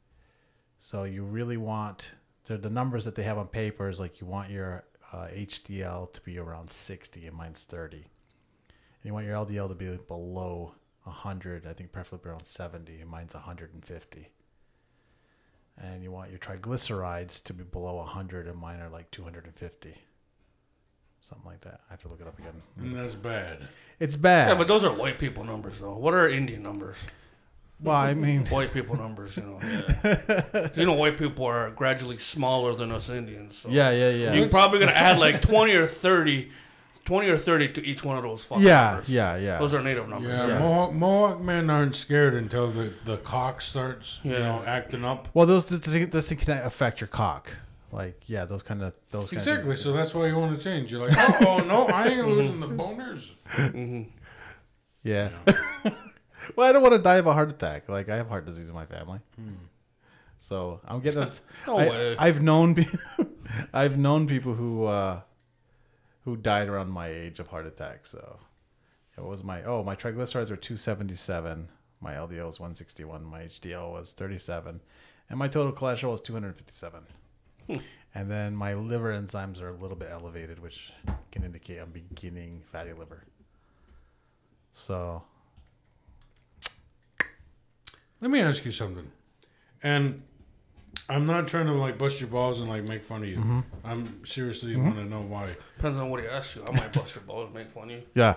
B: So you really want the the numbers that they have on paper is like you want your uh, HDL to be around 60 and mine's 30. And you want your LDL to be below 100, I think preferably around 70 and mine's 150. And you want your triglycerides to be below 100 and mine are like 250. Something like that. I have to look it up again.
A: And that's bad.
B: It's bad.
C: Yeah, but those are white people numbers though. What are Indian numbers?
B: well, I mean,
C: White people numbers, you know. yeah. you know, white people are gradually smaller than us Indians. So
B: yeah, yeah, yeah.
C: You're probably gonna add like twenty or thirty, twenty or thirty to each one of those fucking
B: yeah,
C: numbers.
B: yeah, yeah.
C: Those are native numbers.
A: Yeah,
B: Yeah.
A: Mohawk, Mohawk men aren't scared until the, the cock starts, you
C: Yeah.
A: know, acting up.
B: well, those this, this can affect your cock. Like, yeah, those kind of those. kinda-
A: Exactly. So that's why you want to change. You're like, oh, oh, no, I ain't losing the boners.
B: yeah.
A: You
B: well, I don't want to die of a heart attack. Like, I have heart disease in my family,
A: Hmm.
B: so I'm getting. A,
C: No
B: I,
C: way.
B: I've known, pe- I've known people who, uh, who died around my age of heart attack. So, it was my oh my triglycerides were 277, my LDL was 161, my HDL was 37, and my total cholesterol was 257.
C: Hmm.
B: And then my liver enzymes are a little bit elevated, which can indicate I'm beginning fatty liver. So
A: Let me ask you something. And I'm not trying to like bust your balls and like make fun of you. I'm seriously want to know why.
C: Depends on what he asks you. I might bust your balls, and make fun of you.
B: yeah,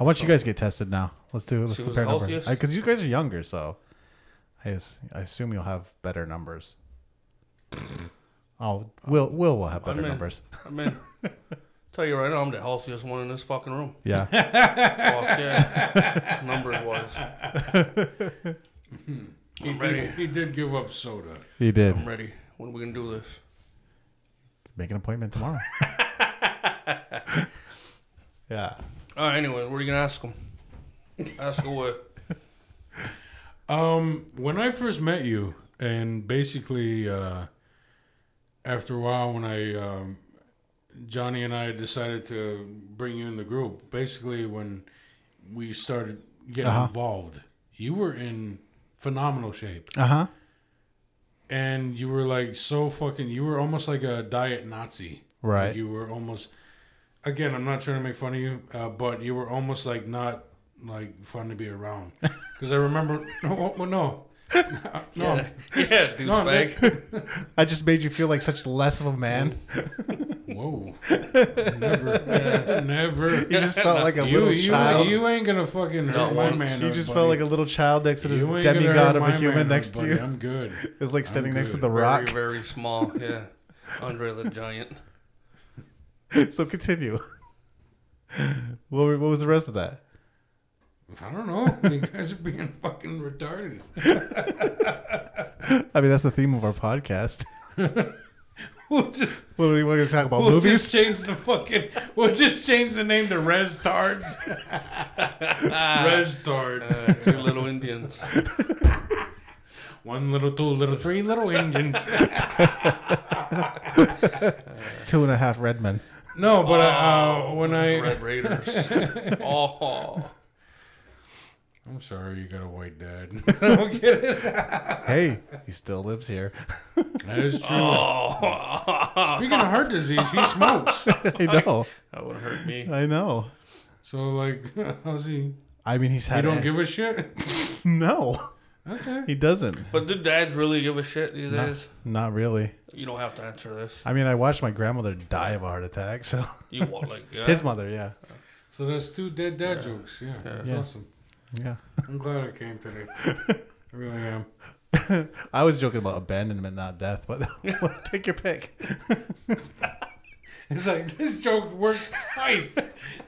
B: I want you guys to get tested now. Let's do let's
C: See who's
B: compare
C: the
B: numbers
C: healthiest?
B: because you guys are younger, so I, as- I assume you'll have better numbers. Oh, Will Will will have better
C: I'm in.
B: numbers.
C: I mean, tell you right now, I'm the healthiest one in this fucking room.
B: Yeah.
C: Fuck yeah, numbers wise.
A: He
C: I'm
A: did,
C: ready.
A: he did give up soda.
B: He did.
C: I'm ready. When we gonna do this?
B: Make an appointment tomorrow. yeah.
C: All right. Anyway, what are you gonna ask him? Ask away.
A: Um, when I first met you, and basically, uh, after a while, when I um, Johnny and I decided to bring you in the group, basically when we started getting
B: Uh-huh.
A: involved, you were in phenomenal shape,
B: Uh huh.
A: and you were like so fucking. You were almost like a diet Nazi. Like,
B: Right.
A: you were almost. Again, I'm not trying to make fun of you, uh, but you were almost like not like fun to be around. Because I remember, no, well, no, No,
C: Yeah, yeah
A: no,
C: douchebag.
B: I just made you feel like such less of a man.
A: whoa, never, uh, never.
B: You just felt like a
A: You,
B: little
A: you,
B: child. You,
A: you ain't gonna fucking
C: Not
A: hurt my
C: once.
A: manhood.
B: just
A: buddy.
B: felt like a little child next to this
A: You ain't gonna hurt
B: demigod of
A: my
B: a human
A: manhood,
B: next to
A: buddy.
B: you. It
A: I'm good.
B: was like standing next to
A: good.
B: the
A: Very,
B: rock.
C: Very, very small. Yeah. Andre the Giant.
B: So continue. what, were- what was the rest of that?
A: I don't know. You guys are being fucking retarded.
B: I mean, that's the theme of our podcast.
A: We'll just,
B: what are we going to talk about?
A: we'll
B: movies?
A: just change the fucking. We'll just change the name to Res Tards. Res Tards.
C: Uh, two little Indians.
A: One little, two little, three little engines.
B: Two and a half red men.
A: No, but I, uh, when I
C: Oh, Red Raiders. oh.
A: I'm sorry, you got a white dad. I don't get it.
B: Hey, he still lives here.
A: That is true.
C: Oh.
A: Speaking of heart disease, he smokes.
B: I know.
C: That would hurt me.
B: I know.
A: So like, how's he?
B: I mean, he's
A: He
B: had.
A: don't
B: a-
A: give a shit.
B: no,
A: Okay.
B: he doesn't.
C: But do dads really give a shit these days?
B: Not really.
C: You don't have to answer this.
B: I mean, I watched my grandmother die of a heart attack. So
C: You want like
A: Uh.
C: yeah.
B: his mother, yeah,
A: So that's two dead dad jokes. Yeah, that's
B: Yeah.
A: awesome.
B: yeah.
A: I'm glad I came today. I really am.
B: I was joking about abandonment, not death. But take your pick.
A: It's like this joke works twice.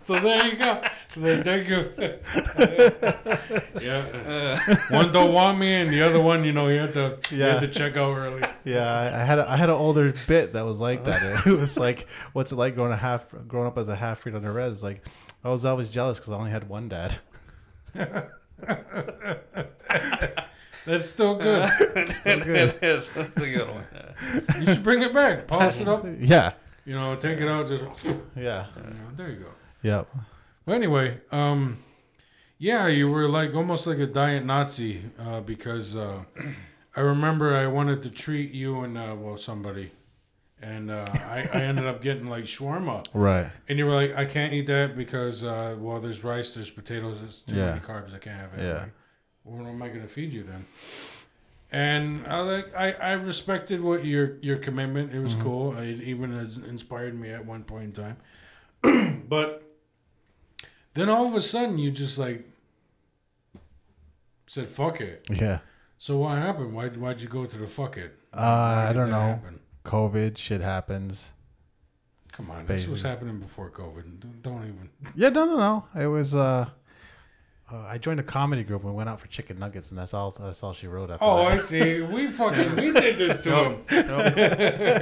A: So there you go. So there, there you go. yeah. One don't want me, and the other one, you know, you have to you have
B: Yeah.
A: to check out early.
B: Yeah, I, I had a, I had an older bit that was like that. It was like, what's it like growing a half growing up as a half breed on the res? It's Like, I was always jealous because I only had one dad.
A: That's still good.
C: it is. That's a good one. Yeah.
A: You should bring it back. Polish it up.
B: Yeah,
A: You know, take it out. Just you
B: yeah,
A: know, there you go.
B: yep.
A: Well, anyway, um, yeah, you were like almost like a diet Nazi uh, because uh, I remember I wanted to treat you and uh, well somebody, and uh, I, I ended up getting like shawarma,
B: Right.
A: and you were like, I can't eat that because uh, well, there's rice, there's potatoes, there's too
B: Yeah.
A: many carbs, I can't have it.
B: Yeah.
A: Like, well, what am I gonna feed you then? And I like I, I respected what your your commitment. It was
B: Mm-hmm.
A: cool. It even has inspired me at one point in time but then all of a sudden you just like said fuck it.
B: Yeah.
A: So what happened? Why why'd you go to the fuck it? Why
B: Uh, I
A: did
B: don't
A: that
B: know.
A: happen?
B: COVID shit happens.
A: Come on, this was
B: Basically.
A: happening before COVID. Don't- Don't even.
B: Yeah, no, no, no. It was. uh uh, I joined a comedy group and went out for chicken nuggets, and that's all. That's all she wrote after.
A: Oh,
B: that.
A: I see. We fucking we did this to him.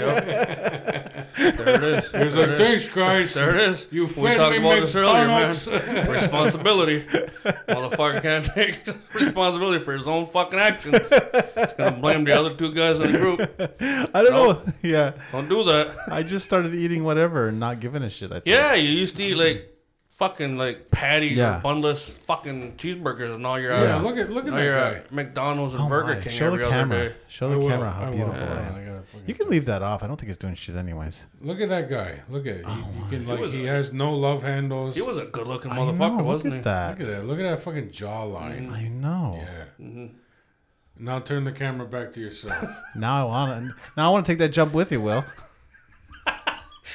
C: There it is.
A: He was
C: There
A: like,
C: it is.
A: thanks, guys.
C: There it is.
A: You
C: we
A: fed
C: talked
A: me
C: about this earlier, man.
A: McDonald's.
C: Responsibility. Motherfucker can't take responsibility for his own fucking actions. He's gonna blame the other two guys in the group.
B: I don't
C: Nope.
B: know. Yeah,
C: Don't do that.
B: I just started eating whatever and not giving a shit. I think.
C: Yeah, you used to eat like fucking like patty
B: Yeah.
C: or bunless fucking cheeseburgers and all your
A: Yeah,
B: Yeah.
A: look at look at
C: Now
A: that
C: you're
A: guy.
C: at McDonald's and
B: Oh
C: Burger
B: my,
C: King
B: Show
C: every
B: the camera.
C: other day.
B: Show
A: I
B: the
A: will,
B: camera how
A: I will.
B: beautiful
A: Hold
B: I
A: on,
B: am.
A: I gotta fucking-
B: You can leave that off. I don't think it's doing shit anyways.
A: Look at that guy. Look at it.
B: Oh
A: He, you can like
C: was
A: he
C: a-
A: has no love handles.
C: He was a good looking
B: I
C: motherfucker,
B: know. Look
C: wasn't he?
B: at that.
A: look at that. Look at that fucking jawline.
B: I know.
A: Yeah.
B: Mm-hmm.
A: Now turn the camera back to yourself.
B: Now I want to. Now I want to take that jump with you, Will.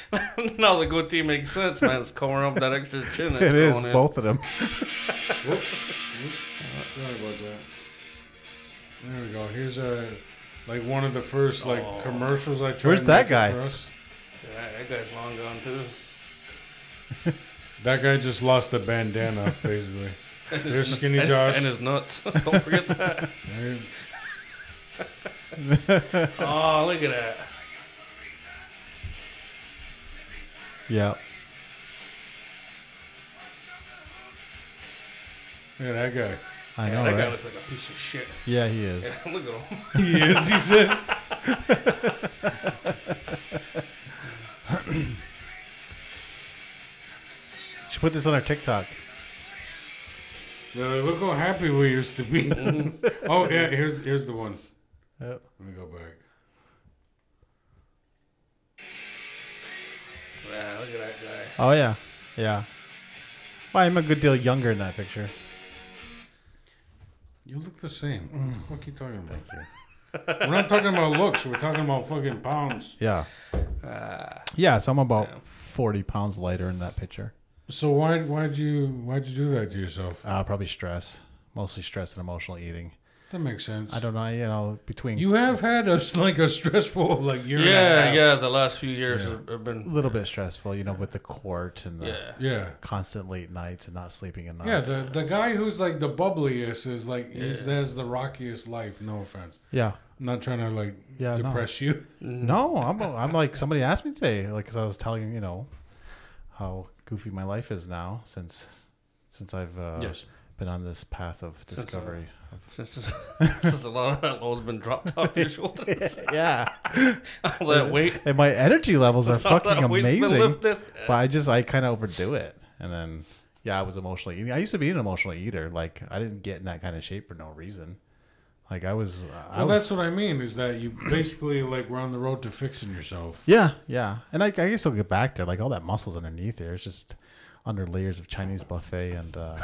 C: now the goatee makes sense, man. It's covering up that extra chin. That's
B: It is
C: going in.
B: both of them.
A: Whoop. Whoop. Sorry about that. There we go. Here's a like one of the first like
B: Oh.
A: commercials I tried.
B: Where's
A: making
B: that guy?
A: for us.
C: Yeah, that guy's long gone too.
A: That guy just lost the bandana, basically. There's Skinny
C: And,
A: Josh.
C: and his nuts. Don't forget that.
A: There-
C: oh, look at that.
B: Yeah.
A: Look at that guy.
B: I
C: Yeah,
B: know,
C: that guy
B: right?
C: looks like a piece of shit.
B: Yeah, he is.
C: Yeah, look at him.
A: He is. He says.
B: Should put this on our TikTok.
A: "Now, Look how happy we used to be. oh yeah. Here's here's the one.
B: Yep.
A: Let me go back.
C: Yeah, look at that guy.
B: Oh yeah, yeah. Well, I'm a good deal younger in that picture.
A: You look the same. What the fuck are you talking about? We're not talking about looks. We're talking about fucking pounds.
B: Yeah.
C: Ah.
B: yeah, so I'm about 40 pounds lighter in that picture.
A: So why why'd you why'd you do that to yourself?
B: Uh, probably stress, mostly stress and emotional eating.
A: That makes sense.
B: I don't know, you know, between
A: You have had a s- like a stressful like year. and a
C: Yeah,
A: half.
C: yeah. The last few years have, have
B: a
C: been.
B: little bit stressful, you know, with the court and the
C: Yeah.
A: yeah.
B: constant late nights and not sleeping enough.
A: Yeah, the, the guy who's like the bubbliest is like he's has the rockiest life. No offense,
B: Yeah.
A: I'm not trying to like
B: Yeah, no.
A: depress you.
B: No, I'm I'm like somebody asked me today, like because I was telling you know how goofy my life is now since since I've uh,
C: Yes. uh,
B: been on this path of discovery.
C: Since, since a lot of that load's been dropped off your shoulders,
B: yeah,
C: all that weight,
B: and my energy levels are
C: all
B: fucking
C: that weight's been
B: amazing,
C: lifted.
B: but I just I kind of overdo it, and then yeah, I was emotionally eating. I used to be an emotional eater. Like I didn't get in that kind of shape for no reason. Like I was, uh, I
A: Well,
B: was
A: that's what I mean is that you basically like we're on the road to fixing yourself.
B: Yeah, yeah, and I, I guess I'll get back there. Like all that muscles underneath there, it's just under layers of Chinese buffet, and uh,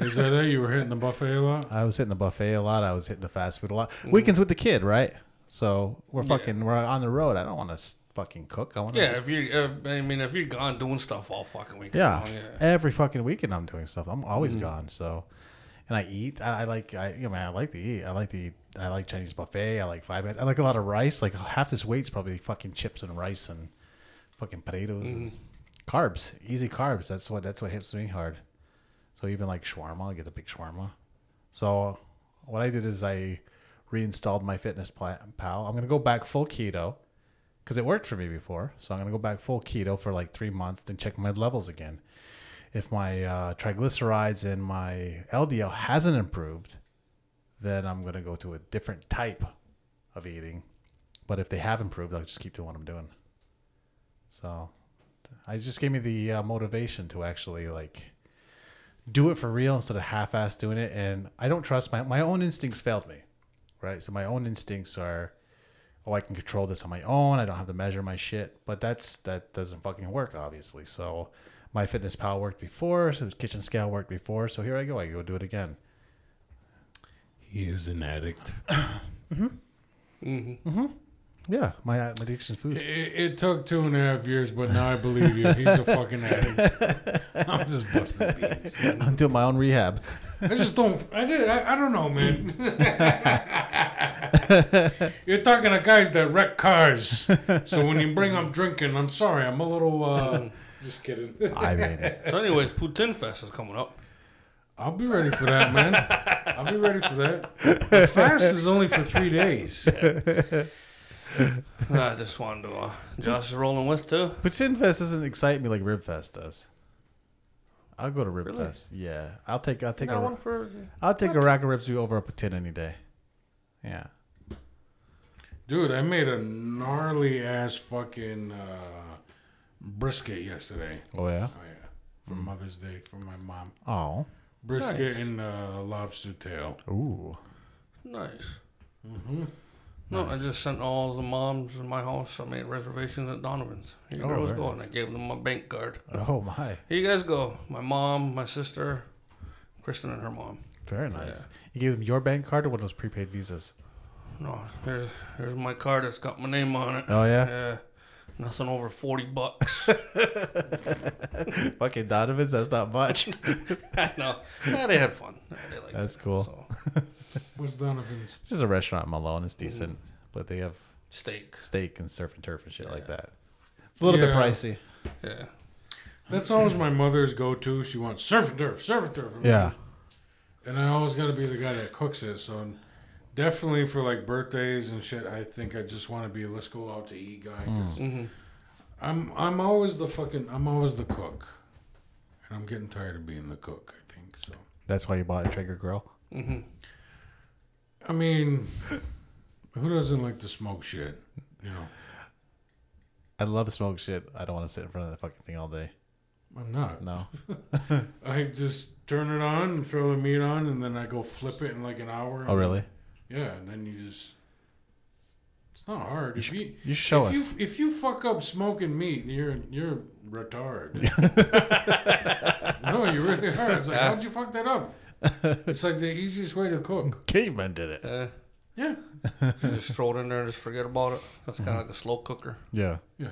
A: Is that it? You were hitting the buffet a lot.
B: I was hitting the buffet a lot. I was hitting the fast food a lot.
A: Mm.
B: Weekends with the kid, right? So we're fucking we're on the road. I don't want to fucking cook. I want to
C: Yeah, if you're, uh, I mean, if you're gone doing stuff all fucking oh, week,
B: Yeah.
C: long,
B: Every fucking weekend I'm doing stuff. I'm always gone. So, and I eat. I, I like. I you know, man, I like to eat. I like to eat. I like Chinese buffet. I like five minutes. I like a lot of rice. Like half this weight's probably fucking chips and rice and fucking potatoes and carbs. Easy carbs. That's what that's what hits me hard. So even like shawarma, I get the big shawarma. So what I did is I reinstalled my fitness pla- pal. I'm gonna go back full keto because it worked for me before. So I'm gonna go back full keto for like three months, then check my levels again. If my uh, triglycerides and my LDL hasn't improved, then I'm gonna go to a different type of eating. But if they have improved, I'll just keep doing what I'm doing. So, I it just gave me the uh, motivation to actually like do it for real instead of half-ass doing it. And I don't trust my my own instincts failed me, right? So my own instincts are, oh, I can control this on my own. I don't have to measure my shit. But that's that doesn't fucking work, obviously. So my fitness pal worked before, so kitchen scale worked before. So here I go. I go do it again.
A: He is an addict.
B: Yeah, my my addiction to
A: It,
B: food.
A: it took two and a half years, but now I believe you. He's a fucking addict. I'm just busting beats.
B: I'm doing my own rehab.
A: I just don't. I did. I, I don't know, man. You're talking to guys that wreck cars. So when you bring up drinking, I'm sorry. I'm a little. Uh, just kidding.
B: I mean,
C: yeah. So, anyways, Putin Fest is coming up.
A: I'll be ready for that, man. I'll be ready for that. The fast is only for three days.
C: I just wanted to. Uh, Josh is rolling with too.
B: But Sinfest doesn't excite me like Ribfest does. I'll go to Ribfest. Yeah, I'll take I'll take
C: Got
B: a
C: one for.
B: will take a rack of ribs over a potato any day. Yeah.
A: Dude, I made a gnarly ass fucking uh, brisket yesterday.
B: Oh yeah.
A: Oh, yeah. For Mother's Day for my mom.
B: Oh.
A: Brisket and uh, lobster tail.
B: Ooh.
C: Nice. Mm-hmm. No, I just sent all the moms in my house. I made reservations at Donovan's. Here you
B: Oh,
C: girls
B: very
C: go, and I gave them my bank card.
B: Oh my.
C: Here you guys go. My mom, my sister, Kristen, and her mom.
B: Very nice. You gave them your bank card or one of those prepaid visas?
C: No, here's here's my card. It's got my name on it.
B: Oh yeah.
C: Yeah, nothing over forty bucks.
B: Fucking Donovan's. That's not much.
C: no, yeah, they had fun. Yeah, they liked
B: That's
C: it.
B: cool.
C: So,
A: What's Donovan's?
B: this is a restaurant in Malone. It's decent, but they have
C: steak.
B: steak and surf and turf and shit like that. It's a little bit
A: Yeah.
B: pricey.
C: Yeah.
A: That's always my mother's go-to. She wants surf and turf, surf and turf.
B: Yeah.
A: And I always got to be the guy that cooks it. So definitely for like birthdays and shit, I think I just want to be let's go out to eat guy. 'cause
C: mm-hmm,
A: I'm I'm always the fucking I'm always the cook, and I'm getting tired of being the cook. I think so.
B: That's why you bought a Traeger grill.
C: mm-hmm,
A: I mean, who doesn't like to smoke shit? You know,
B: I love smoke shit. I don't want to sit in front of that fucking thing all day.
A: I'm not.
B: No.
A: I just turn it on and throw the meat on, and then I go flip it in like an hour.
B: Oh really?
A: Yeah, and then you just. It's not hard. If you
B: You show
A: if
B: us.
A: you if you fuck up smoking meat, you're you're retarded. no, you really are. It's like how'd you fuck that up? It's like the easiest way to cook.
B: Cavemen did it.
C: Uh,
A: Yeah.
C: you just throw it in there and just forget about it. That's kind of like a slow cooker.
B: Yeah.
A: Yeah.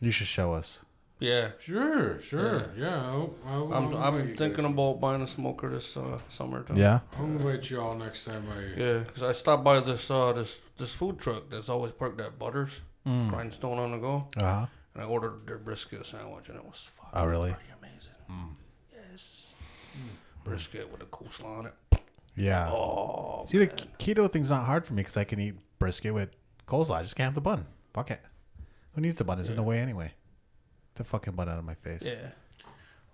B: You should show us.
C: Yeah.
A: Sure, sure. Yeah, I'll, I'll,
C: I'm,
A: I'll invite
C: I'm
A: you
C: thinking
A: guys.
C: about buying a smoker this uh, summertime.
B: Yeah.
A: I'll invite you all next time I.
C: Yeah, 'cause I stopped by this uh, this this food truck that's always parked at Butters,
B: Mm.
C: Grindstone on the go,
B: Uh huh.
C: and I ordered their brisket sandwich, and it was fucking
B: Oh, really? Mm.
C: pretty amazing. Yes, brisket with a coleslaw on it.
B: Yeah.
C: Oh,
B: See, the
C: man.
B: keto thing's not hard for me because I can eat brisket with coleslaw. I just can't have the bun. Fuck it. Who needs the bun? It's in the way anyway. The fucking bun out of my face.
C: yeah,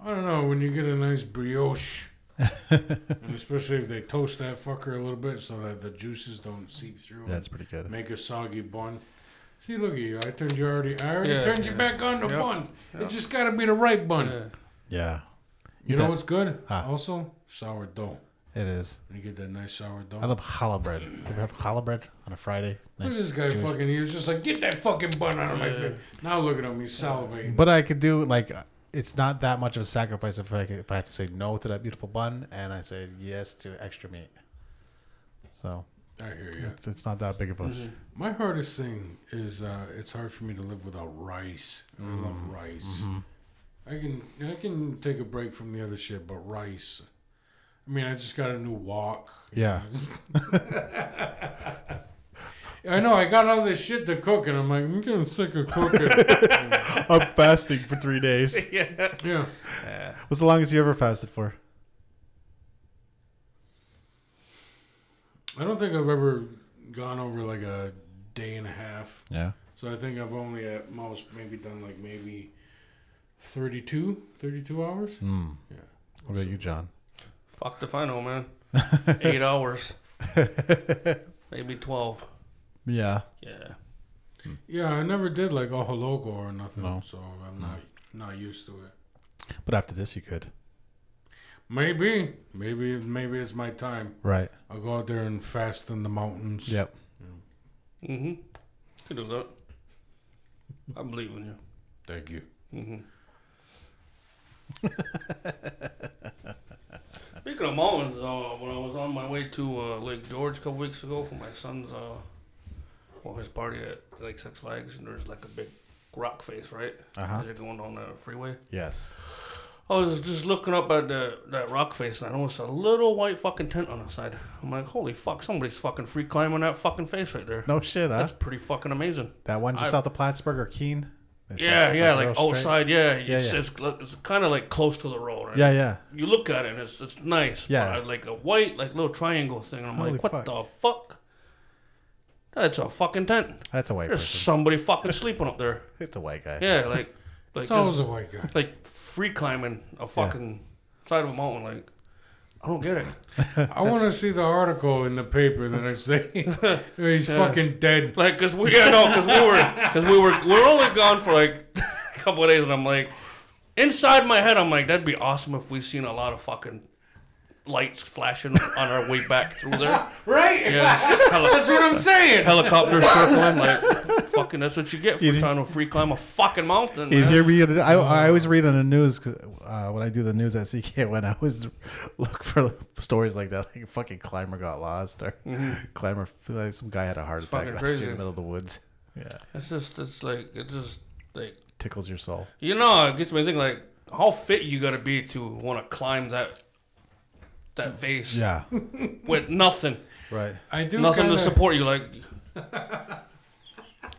A: I don't know when you get a nice brioche, and especially if they toast that fucker a little bit so that the juices don't seep through.
B: That's pretty good.
A: and make a soggy bun. See, look at you. I turned you already. I already
C: Yeah,
A: turned
C: yeah.
A: you back on the
C: Yep,
A: buns. It's just got to be the right bun.
C: yeah.
B: Yeah.
A: You know
B: that-
A: what's good?
B: Huh.
A: Also, sourdough.
B: It is.
A: When you get that nice sourdough.
B: I love challah bread. You ever have challah bread on a Friday?
A: Look
B: Nice
A: at this guy
B: Jewish-
A: fucking. He was just like, get that fucking bun out of my face. Now look at him. He's salivating.
B: But I could do like it's not that much of a sacrifice if I could, if I have to say no to that beautiful bun and I say yes to extra meat. So
A: I hear you.
B: it's, it's not that big of a.
C: Mm-hmm.
A: My hardest thing is uh, it's hard for me to live without rice. I love rice. I can I can take a break from the other shit, but rice. I mean, I just got a new wok. you
B: Yeah.
A: know. I know. I got all this shit to cook, and I'm like, I'm getting sick of cooking.
B: I'm fasting for three days.
A: yeah.
B: What's the longest you ever fasted for?
A: I don't think I've ever gone over like a day and a half.
B: Yeah.
A: So I think I've only at most maybe done like maybe 32, 32 hours.
B: Mm.
A: Yeah.
B: What about you, John?
C: Fucked if I know, man. Eight hours, maybe twelve.
B: Yeah.
C: Yeah,
A: Yeah, I never did like Ojo Loco or nothing,
B: No.
A: so I'm not not used to it.
B: But after this, you could.
A: Maybe, maybe, maybe it's my time.
B: Right.
A: I'll go out there and fast in the mountains.
B: Yep.
C: mm-hmm. Could do that. I believe in you.
A: Thank you.
C: Mm-hmm. Speaking of mountains, uh, when I was on my way to uh, Lake George a couple weeks ago for my son's, uh, well, his party at Lake Six Flags, and there's like a big rock face, right?
B: Uh-huh.
C: As you're going down the freeway.
B: Yes.
C: I was just looking up at the, that rock face, and I noticed a little white fucking tent on the side. I'm like, holy fuck, somebody's fucking free climbing that fucking face right there.
B: No shit, huh?
C: That's pretty fucking amazing.
B: that one just
C: I-
B: south of Plattsburgh or Keene. It's
C: Yeah,
B: it's
C: yeah,
B: real
C: like
B: straight-
C: outside, yeah.
B: Yeah,
C: It's,
B: yeah.
C: it's, it's kind of like close to the road. right?
B: Yeah, yeah.
C: you look at it and it's, it's nice.
B: Yeah.
C: but like a white, like little triangle thing. And I'm
B: Holy
C: like, what
B: fuck.
C: the fuck? That's a fucking tent.
B: That's a white
C: There's
B: person.
C: somebody fucking sleeping up there.
B: It's a white guy.
C: Yeah, like, like
A: It's
C: just,
A: always a white guy.
C: like free climbing a fucking side of a mountain. Like, I don't get it.
A: I want to see the article in the paper that I say he's fucking dead.
C: Like, cause we, yeah, no, cause we were, cause we were, we were only gone for like a couple of days, and I'm like, inside my head, I'm like, that'd be awesome if we seen a lot of fucking lights flashing on our way back through there.
A: Right?
C: Yeah, hella-
A: That's what I'm saying.
C: helicopter circling. Like, fucking, that's what you get for
B: It-
C: trying to free climb a fucking mountain.
B: You
C: man.
B: hear me? I, I always read on the news 'cause, uh, when I do the news at CK. When I always look for stories like that, like a fucking climber got lost or climber, like some guy had a heart attack
C: fucking
B: last year in
C: crazy.
B: the middle of the woods. Yeah,
C: It's just, it's like, it just, like,
B: tickles your soul.
C: you know, it gets me thinking, like, how fit you gotta be to want to climb that that face
B: Yeah,
C: with nothing,
B: right.
A: I do
C: nothing
A: kinda,
C: to support you. Like,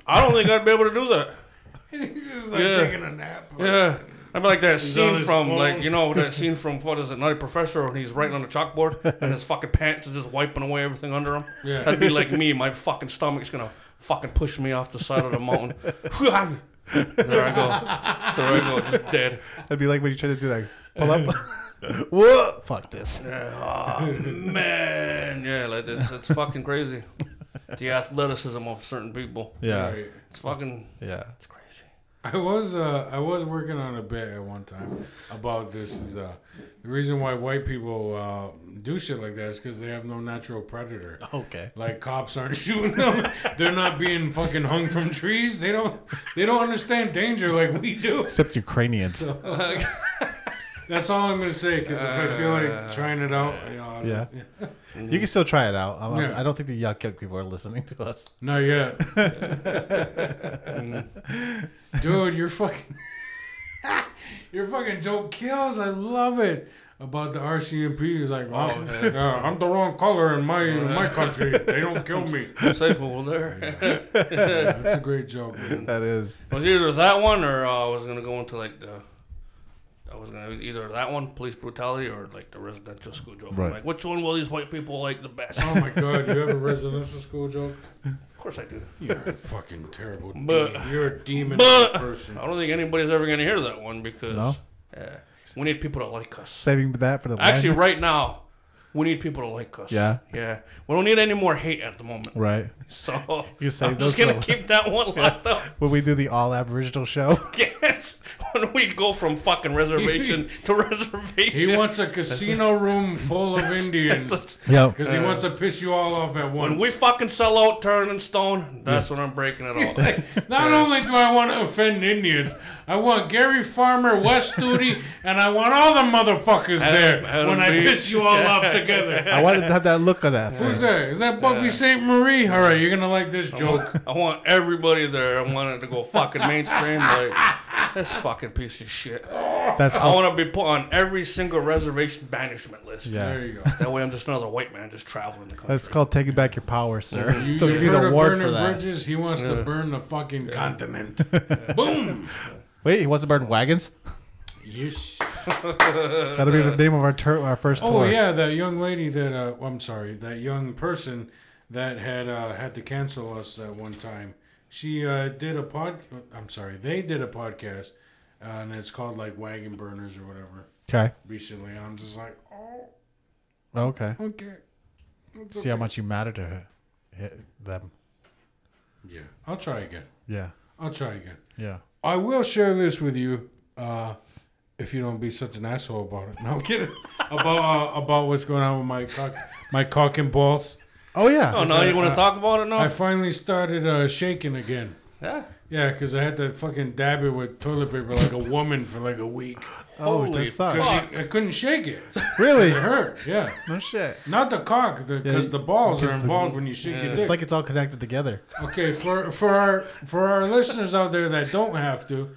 C: I don't think I'd be able to do that.
A: He's just like
C: Yeah.
A: taking a nap.
C: Yeah. I'm like that
A: on
C: scene
A: his
C: from
A: phone.
C: like you know that scene from what is it, Nutty Professor when he's writing on the chalkboard and his fucking pants are just wiping away everything under him.
A: Yeah.
C: That'd be like me, my fucking stomach's gonna fucking push me off the side of the mountain. there I go. There I go, just dead.
B: That'd be like when you try to do that. Pull up. Whoa! Fuck this.
C: Oh man. Yeah, like it's it's fucking crazy. The athleticism of certain people.
B: Yeah,
A: Right.
C: It's fucking
B: yeah.
C: it's crazy.
A: I was uh, I was working on a bit at one time about this is uh, the reason why white people uh, do shit like that is because they have no natural predator.
B: Okay.
A: Like cops aren't shooting them, they're not being fucking hung from trees. They don't they don't understand danger like we do.
B: Except Ukrainians.
A: That's all I'm gonna say. Because if I feel like trying it out, you know, I don't-
B: Yeah. You can still try it out. I'm, I'm-
A: Yeah.
B: I don't think the yuck yuck people are listening to us.
A: Not yet.
C: Mm.
A: Dude, your fucking your fucking joke kills. I love it. About the RCMP, he's like, wow,
C: Oh, yeah.
A: yeah, I'm the wrong color in my in my country. They don't kill me.
C: Safe over there.
A: Yeah, that's a great joke, man.
B: That is.
C: It was either that one or uh, I was gonna go into like the. I was gonna it was either that one, police brutality, or like the residential school joke. I'm
B: Right.
C: Like, which one will these white people like the best?
A: Oh my god, you have a residential school joke?
C: of course I do.
A: You're a fucking terrible.
C: But-
A: demon. You're a demon
C: but-
A: of a person.
C: I don't think anybody's ever gonna hear that one because
B: No?
C: yeah, we need people to like us.
B: Saving that for the
C: Actually,
B: land.
C: right now, we need people to like us.
B: Yeah.
C: yeah. We don't need any more hate at the moment.
B: Right.
C: So
B: You save
C: I'm
B: those
C: just gonna
B: for-
C: keep that one locked up.
B: When we do the all Aboriginal show,
C: Yes, when we go from fucking reservation to reservation.
A: He wants a casino room full of Indians because
B: yeah,
A: he wants to piss you all off at once.
C: When we fucking sell out Turn and Stone, that's when I'm breaking it all.
A: Not only do I want to offend Indians, I want Gary Farmer, Wes Studi, and I want all the motherfuckers there
C: Adam
A: when I
C: Beach.
A: piss you all off together.
B: I wanted to have that look on that
A: Who's
B: face.
A: that? Is that Buffy St. Marie? All right, you're gonna like this joke.
C: I want everybody there. I want it to go fucking mainstream. Like this fucking piece of shit.
B: That's
C: I
A: Oh.
B: called.
C: want to be put on every single reservation banishment list.
B: Yeah.
A: There you go.
C: That way, I'm just another white man just traveling the country.
B: That's called taking back your power, sir.
A: You,
B: so
A: you
B: give you an
A: heard of
B: award for
A: Bernard
B: that.
A: Bridges? He wants to burn the fucking continent. Boom.
B: Wait, he wants to burn wagons.
A: Yes.
B: That'll be the name of our tour, our first
A: Oh
B: tour.
A: yeah, that young lady that uh, I'm sorry, that young person that had uh, had to cancel us at one time. She uh, did a pod. I'm sorry, they did a podcast, uh, and it's called like Wagon Burners or whatever
B: Okay.
A: recently, and I'm just like, oh,
B: Okay.
A: okay. That's
B: See how
A: okay.
B: much you matter to her, hi- them.
A: Yeah, I'll try again.
B: Yeah.
A: I'll try again.
B: Yeah.
A: I will share this with you, uh, if you don't be such an asshole about it. No, I'm kidding. about uh, about what's going on with my cock, my cock and balls.
B: Oh yeah.
C: oh no, you want to talk about it now?
A: Uh, I finally started uh, shaking again.
C: yeah.
A: Yeah, because I had to fucking dab it with toilet paper like a woman for like a week.
B: oh,
C: Holy
B: that sucks.
A: 'Cause I, I couldn't shake it. It
B: Really?
A: hurt, yeah.
B: No shit.
A: Not the cock, because
B: Yeah,
A: the balls are
B: because the-
A: involved when you shake your
B: It's
A: dick.
B: like it's all connected together.
A: okay, for for our for our listeners out there that don't have to,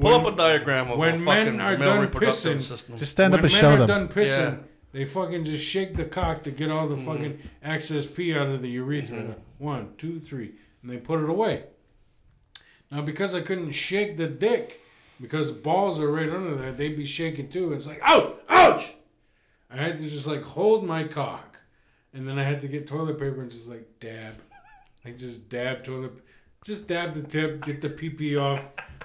C: Pull
A: when-
C: up a diagram of
A: when
C: a
A: men
C: fucking
A: are
C: male
A: done
C: reproductive
A: pissing,
C: system.
B: Just stand
A: when
B: up and
A: men
B: show
A: are
B: them.
A: done pissing,
C: Yeah.
A: they fucking just shake the cock to get all the fucking excess pee out of the urethra. One, two, three, and they put it away. Now, because I couldn't shake the dick, because balls are right under that, they'd be shaking too. It's like, ouch, ouch! I had to just like hold my cock, and then I had to get toilet paper and just like dab, like just dab toilet, just dab the tip, get the pee pee off,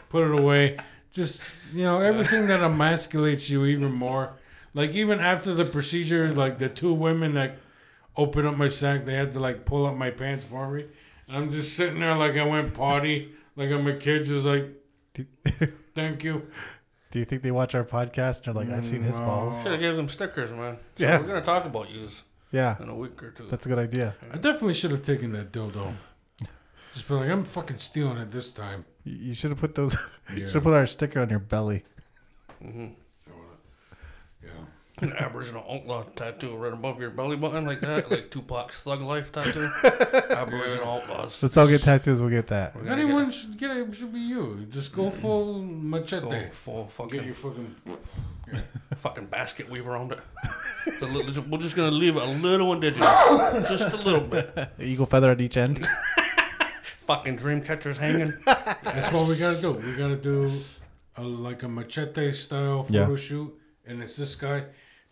A: put it away. Just you know everything that emasculates you even more. Like even after the procedure, like the two women that opened up my sack, they had to like pull up my pants for me, and I'm just sitting there like I went potty, like I'm a kid, just like
B: Do
A: thank you.
B: do you think they watch our podcast and are like, I've seen
A: Mm,
B: his balls?
C: Should have gave them stickers, man. So
B: Yeah.
C: We're gonna talk about yous
B: Yeah,
C: in a week or two.
B: that's a good idea.
A: I definitely should have taken that dildo. Just be like, I'm fucking stealing it this time.
B: You- You should have put those.
A: Yeah.
B: should have put our sticker on your belly.
A: Yeah.
C: an Aboriginal Outlaw tattoo right above your belly button like that, like Tupac's Thug Life tattoo. Aboriginal Outlaws.
B: Let's all get tattoos. We'll get that.
A: If anyone should get it, it should be you. Just go full machete.
C: Go full
A: Get your
C: fucking
A: fucking.
C: fucking basket weave around it. The little- we're just gonna leave a little indigenous, just a little bit.
B: Eagle feather at each end.
C: Fucking dream catchers hanging.
A: That's what we gotta do. We gotta do a, like a machete style
B: Yeah.
A: photo shoot, and it's this guy,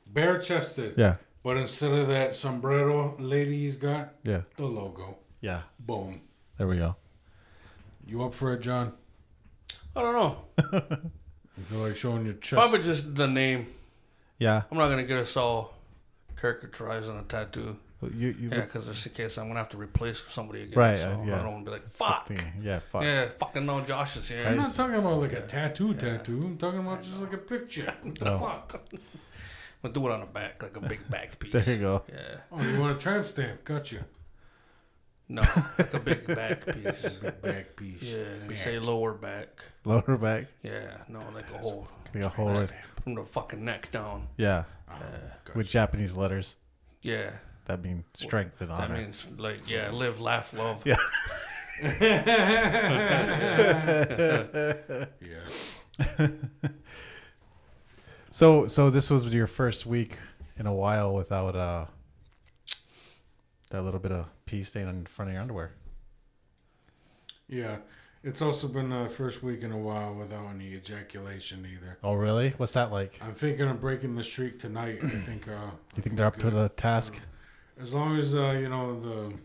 A: bare chested.
B: Yeah,
A: But instead of that sombrero lady he's got,
B: yeah,
A: the logo.
B: yeah.
A: Boom.
B: There we go.
A: You up for it, John?
C: I don't know.
A: You feel like showing your chest?
C: Probably just the name.
B: Yeah,
C: I'm not gonna get us all caricaturized on a tattoo.
B: you. you
C: Yeah, because just in case I'm gonna have to replace somebody again.
B: Right,
C: So
B: uh, yeah.
C: I don't want to be like fuck.
B: thing. Yeah, fuck.
C: Yeah, fucking no, Josh is here.
A: I'm not talking about like a tattoo tattoo. I'm talking about just like a picture. What the fuck?
C: We'll do it on the back, like a big back piece.
B: There you go.
C: Yeah.
A: Oh, you want a tramp stamp? Got you.
C: No, like a big back piece.
A: Big back piece.
C: Yeah, they say lower back.
B: Lower back,
C: Yeah, no, like a whole
B: like a whole right.
C: from the fucking neck down.
B: Yeah,
A: Oh,
C: uh,
B: with Japanese letters
C: Yeah,
B: that mean strength and
C: that
B: honor.
C: means like yeah, live, laugh, love.
B: Yeah.
A: gotcha. yeah.
B: so, so this was your first week in a while without uh that little bit of pee stain on the front of your underwear.
A: Yeah. It's also been the first week in a while without any ejaculation either.
B: Oh, really? What's that like?
A: I'm thinking of breaking the streak tonight. I think. Uh,
B: You think they're up to
A: good.
B: the task?
A: As long as uh, you know the,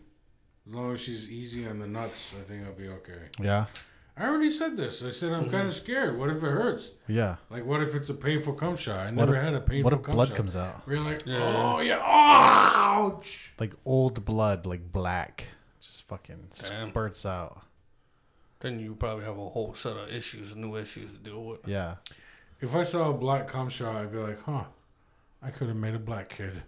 A: as long as she's easy on the nuts, I think I'll be okay.
B: Yeah,
A: I already said this. I said I'm
B: Mm-hmm.
A: kind of scared. What if it hurts?
B: yeah.
A: Like, what if it's a painful cum shot? I
B: What
A: never
B: if-
A: had a painful.
B: What if
A: cum
B: blood
A: shot.
B: comes out?
A: We're like,
C: Yeah.
A: oh yeah, ouch.
B: Like old blood, like black, just fucking
C: Damn.
B: spurts out.
C: Then you probably have a whole set of issues, new issues to deal with.
B: Yeah.
A: If I saw a black cum shot, I'd be like, huh, I could have made a black kid.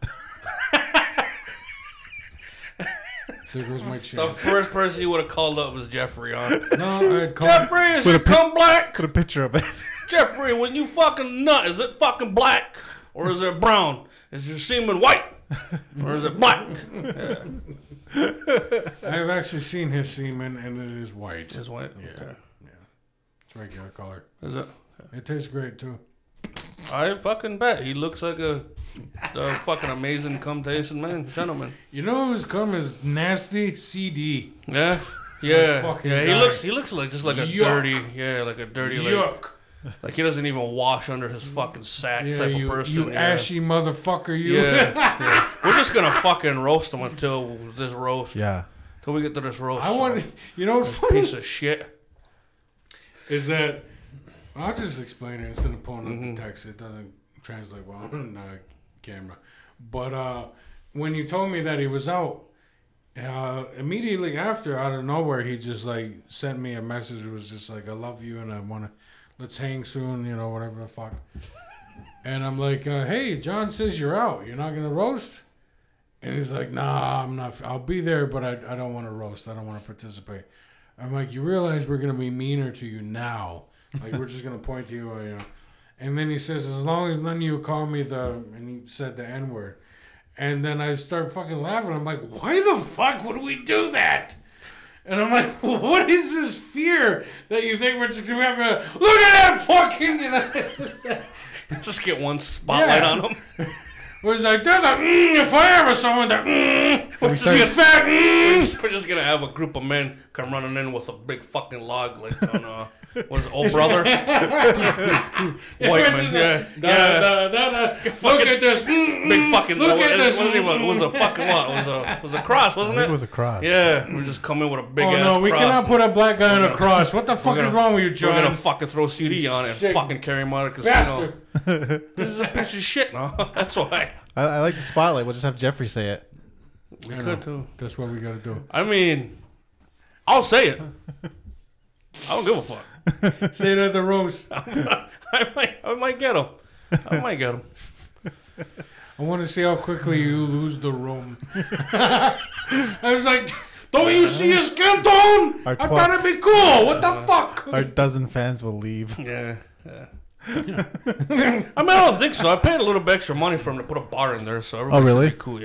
A: there goes my
C: The
A: chin.
C: first person you would have called up was Jeffrey on.
A: No, I'd call.
C: Jeffrey, is your
B: With a pic-
C: cum black?
B: Put a picture of it.
C: Jeffrey, when you fucking nut, is it fucking black or is it brown? Is your semen white or is it black? Yeah,
A: I've actually seen his semen, and it is white.
C: it's white.
A: Yeah,
C: Okay.
A: yeah. It's regular color.
C: Is it?
A: It tastes great too.
C: I fucking bet he looks like a, a fucking amazing cum tasting man, gentleman.
A: You know who's come is nasty CD.
C: Yeah, yeah,
A: Fucking
C: yeah. He
A: guy.
C: looks, he looks like just like a
A: Yuck.
C: dirty, yeah, like a dirty, like,
A: Yuck.
C: like he doesn't even wash under his fucking sack
A: Yeah,
C: type
A: you,
C: of person.
A: you
C: yeah.
A: ashy motherfucker. You.
C: Yeah, yeah. We're just gonna fucking roast him until this roast.
B: yeah.
C: Until we get to this roast.
A: I want. You know what's funny
C: piece of shit.
A: is that I'll just explain it instead of pulling up the text. It doesn't translate well on the camera. But uh, when you told me that he was out, uh, immediately after, out of nowhere, he just like sent me a message. It was just like, "I love you and I want to let's hang soon," you know, whatever the fuck. And I'm like, uh, "Hey, John says you're out. You're not gonna roast." And he's like, "Nah, I'm not. I'll be there, but I, I don't want to roast. I don't want to participate." I'm like, you realize we're gonna be meaner to you now. Like we're just gonna point to you, uh, you know. And then he says, as long as none of you call me the, and he said the N word. And then I start fucking laughing. I'm like, why the fuck would we do that? And I'm like, what is this fear that you think we're just gonna have a look at that fucking? And I
C: Just get one spotlight
A: Yeah.
C: on him.
A: was like, there's a mm, if I ever saw one that mm,
C: We're
A: you
C: just, gonna,
A: fat mm.
C: we're just gonna have a group of men come running in with a big fucking log like on uh what is it, old brother? White
A: It's
C: man,
A: just
C: yeah.
A: like, da,
C: yeah.
A: da, da, da. Look
C: fucking-
A: at this mm,
C: Big
A: mm.
C: fucking
A: Look at
C: it
A: this.
C: wasn't
A: mm,
C: even- it was a
A: mm.
C: fucking what? It was a it was a cross,
B: I
C: wasn't
B: think
C: it?
B: it was a cross.
C: yeah, we're just coming with a big
A: Oh
C: ass
A: no, we
C: cross.
A: cannot put a black guy on a
C: gonna-
A: cross. What the fuck
C: gonna-
A: is wrong with you,
C: We're
A: John?
C: gonna fucking throw CD on it and
A: Sick
C: fucking carry him out of the casino.
A: Bastard.
C: This is a piece of shit, no? That's why.
B: I, I like the spotlight. We'll just have Jeffrey say it.
C: We
A: I know.
C: could too.
A: That's what we gotta do.
C: I mean, I'll say it. I don't give a fuck.
A: Say that the roast.
C: I might, I might get him. I might get him.
A: I want to see how quickly you lose the room. I was like, don't you see his skin tone?
B: Our
A: I
B: twa-
A: thought it'd be cool. What the fuck?
B: Our dozen fans will leave.
C: Yeah. I mean, I don't think so. I paid a little bit extra money for him to put a bar in there, so everybody
B: Oh, really?
C: should be cool.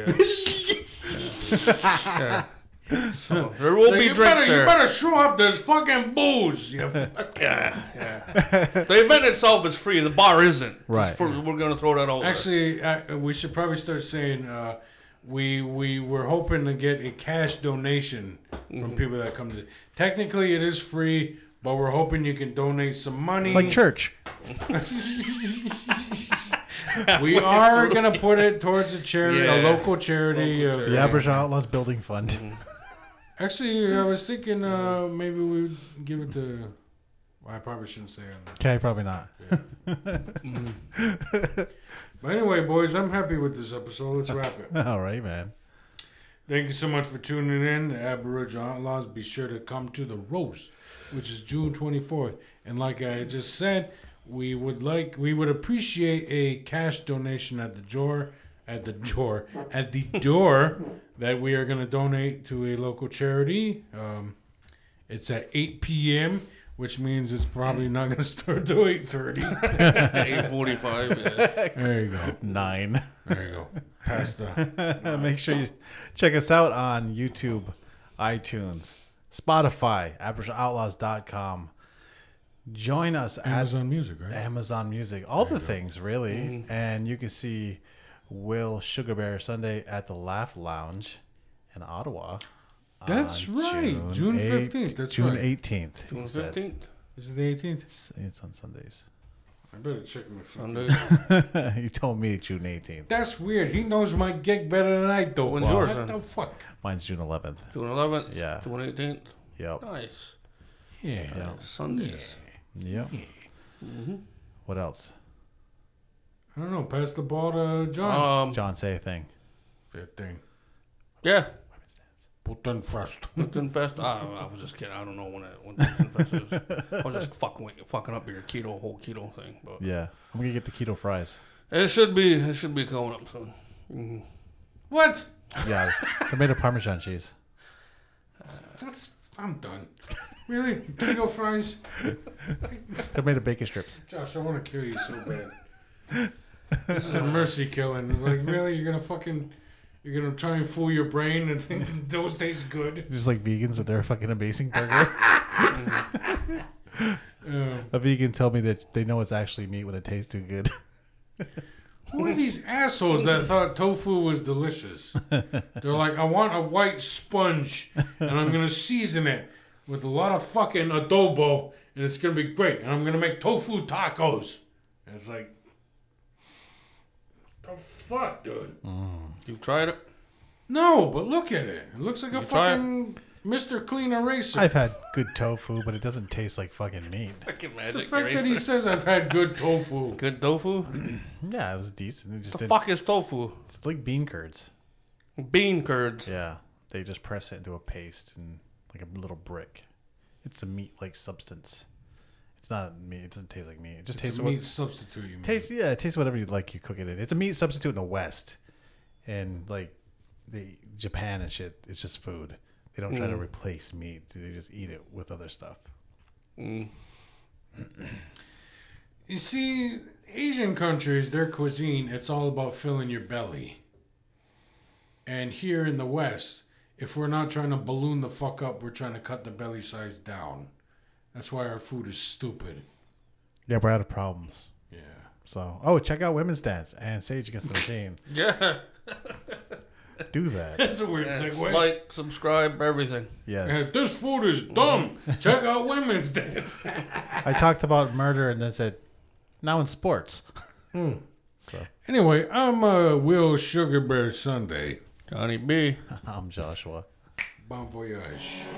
C: Yeah. Yeah. Yeah. So there will be
A: you,
C: drinks
A: better,
C: there.
A: you better show up. There's fucking booze. You fuck-
C: Yeah, yeah. the event itself is free. The bar isn't. It's
B: Right.
C: for- we're gonna throw that over.
A: Actually, I, we should probably start saying uh, we we were hoping to get a cash donation
C: Mm-hmm.
A: from people that come to. Technically, it is free, but we're hoping you can donate some money.
B: Like church.
A: we are gonna put it towards a charity,
C: Yeah.
A: a local charity.
C: Local
A: uh,
B: The Aboriginal Outlaws Building Fund.
A: Actually, I was thinking uh, maybe we would give it to. I probably shouldn't say it.
B: Okay, probably not.
A: But anyway, boys, I'm happy with this episode. Let's wrap it.
B: All right, man.
A: Thank you so much for tuning in to Aboriginal Outlaws. Be sure to come to the roast, which is June 24th. And like I just said, we would like we would appreciate a cash donation at the door at the door at the door that we are going to donate to a local charity. Um, it's at 8 p.m., which means it's probably not going to start till 8:30.
C: Eight forty-five. Yeah.
A: There you go.
B: Nine.
A: There you go. Pasta.
B: Make sure you check us out on YouTube, iTunes, Spotify, AboriginalOutlaws.com. Join us at
A: Amazon Music, right?
B: Amazon Music, all the things really,
A: Mm-hmm.
B: and you can see Will Sugar Bear Sunday at the Laugh Lounge in Ottawa.
A: That's
B: on
A: right, June 15th, that's
B: June
A: right.
B: eighteenth.
C: June fifteenth.
A: Is it the 18th?
B: It's, it's on Sundays.
A: I better check my phone.
C: Sunday.
B: you told me June eighteenth.
A: That's weird. He knows my gig better than I do.
C: When's
A: Wow.
C: yours,
A: What
C: then?
A: the fuck?
B: Mine's June eleventh.
C: June eleventh.
B: Yeah.
C: June eighteenth.
A: Oh,
B: Yep.
C: Nice.
A: Yeah.
C: Sundays.
B: Yep.
A: Mm-hmm.
B: What else?
A: I don't know. Pass the ball to John.
C: Um.
B: John, say a thing.
A: that thing.
C: Yeah.
A: Put on fast.
C: Putin Fest. I, I was just kidding. I don't know when it when Putin Fest is. I was just fucking with- fucking up your keto whole keto thing, but
B: Yeah, I'm gonna get the keto fries.
C: it should be it should be coming up soon. Mm-hmm.
A: What?
B: Yeah, they're made of Parmesan cheese.
A: That's. I'm done. Really? Keto fries?
B: They're made of bacon strips.
A: Josh, I want to kill you so bad. This is a mercy killing. It's like, really? You're going to fucking. You're going to try and fool your brain and think those taste good?
B: Just like vegans with their fucking amazing burger.
A: Um,
B: A vegan told me that they know it's actually meat when it tastes too good.
A: Who are these assholes that thought tofu was delicious? They're like, I want a white sponge and I'm going to season it with a lot of fucking adobo and it's going to be great. And I'm going to make tofu tacos. And it's like, the fuck, dude?
C: You've tried it.
A: No, but look at it. It looks like a
C: try it.
A: fucking Mr. Clean Eraser.
B: I've had good tofu, but it doesn't taste like fucking meat.
C: Fucking
A: the
C: magic.
A: fact that he
C: eraser.
A: says I've had good tofu.
C: Good tofu.
B: Yeah, it was decent. It just
C: the
B: didn't,
C: fuck is tofu?
B: It's like bean curds.
C: Bean curds.
B: Yeah, they just press it into a paste and like a little brick. It's a meat-like substance. It's not meat. It doesn't taste like meat. It just
A: It's
B: tastes
A: a
B: what-
A: meat substitute, you mean.
B: Taste yeah, it tastes whatever you like. You cook it in. It's a meat substitute in the West, and like the Japan and shit. It's just food. They don't try to replace meat. They just eat it with other stuff.
A: You see, Asian countries, their cuisine, it's all about filling your belly. And here in the West, if we're not trying to balloon the fuck up, we're trying to cut the belly size down. That's why our food is stupid.
B: Yeah, we're out of problems.
A: Yeah.
B: So oh, check out women's dance and Sage Against the Machine.
C: Yeah.
B: Do that.
A: That's a weird segue.
C: Like, subscribe, everything.
A: Yeah,
B: Yes,
A: this food is dumb. Check out women's dance.
B: I talked about murder and then said now in sports. So
A: Anyway, I'm uh, Will Sugar Bear Sunday.
C: Johnny B.
B: I'm Joshua.
A: Bon voyage.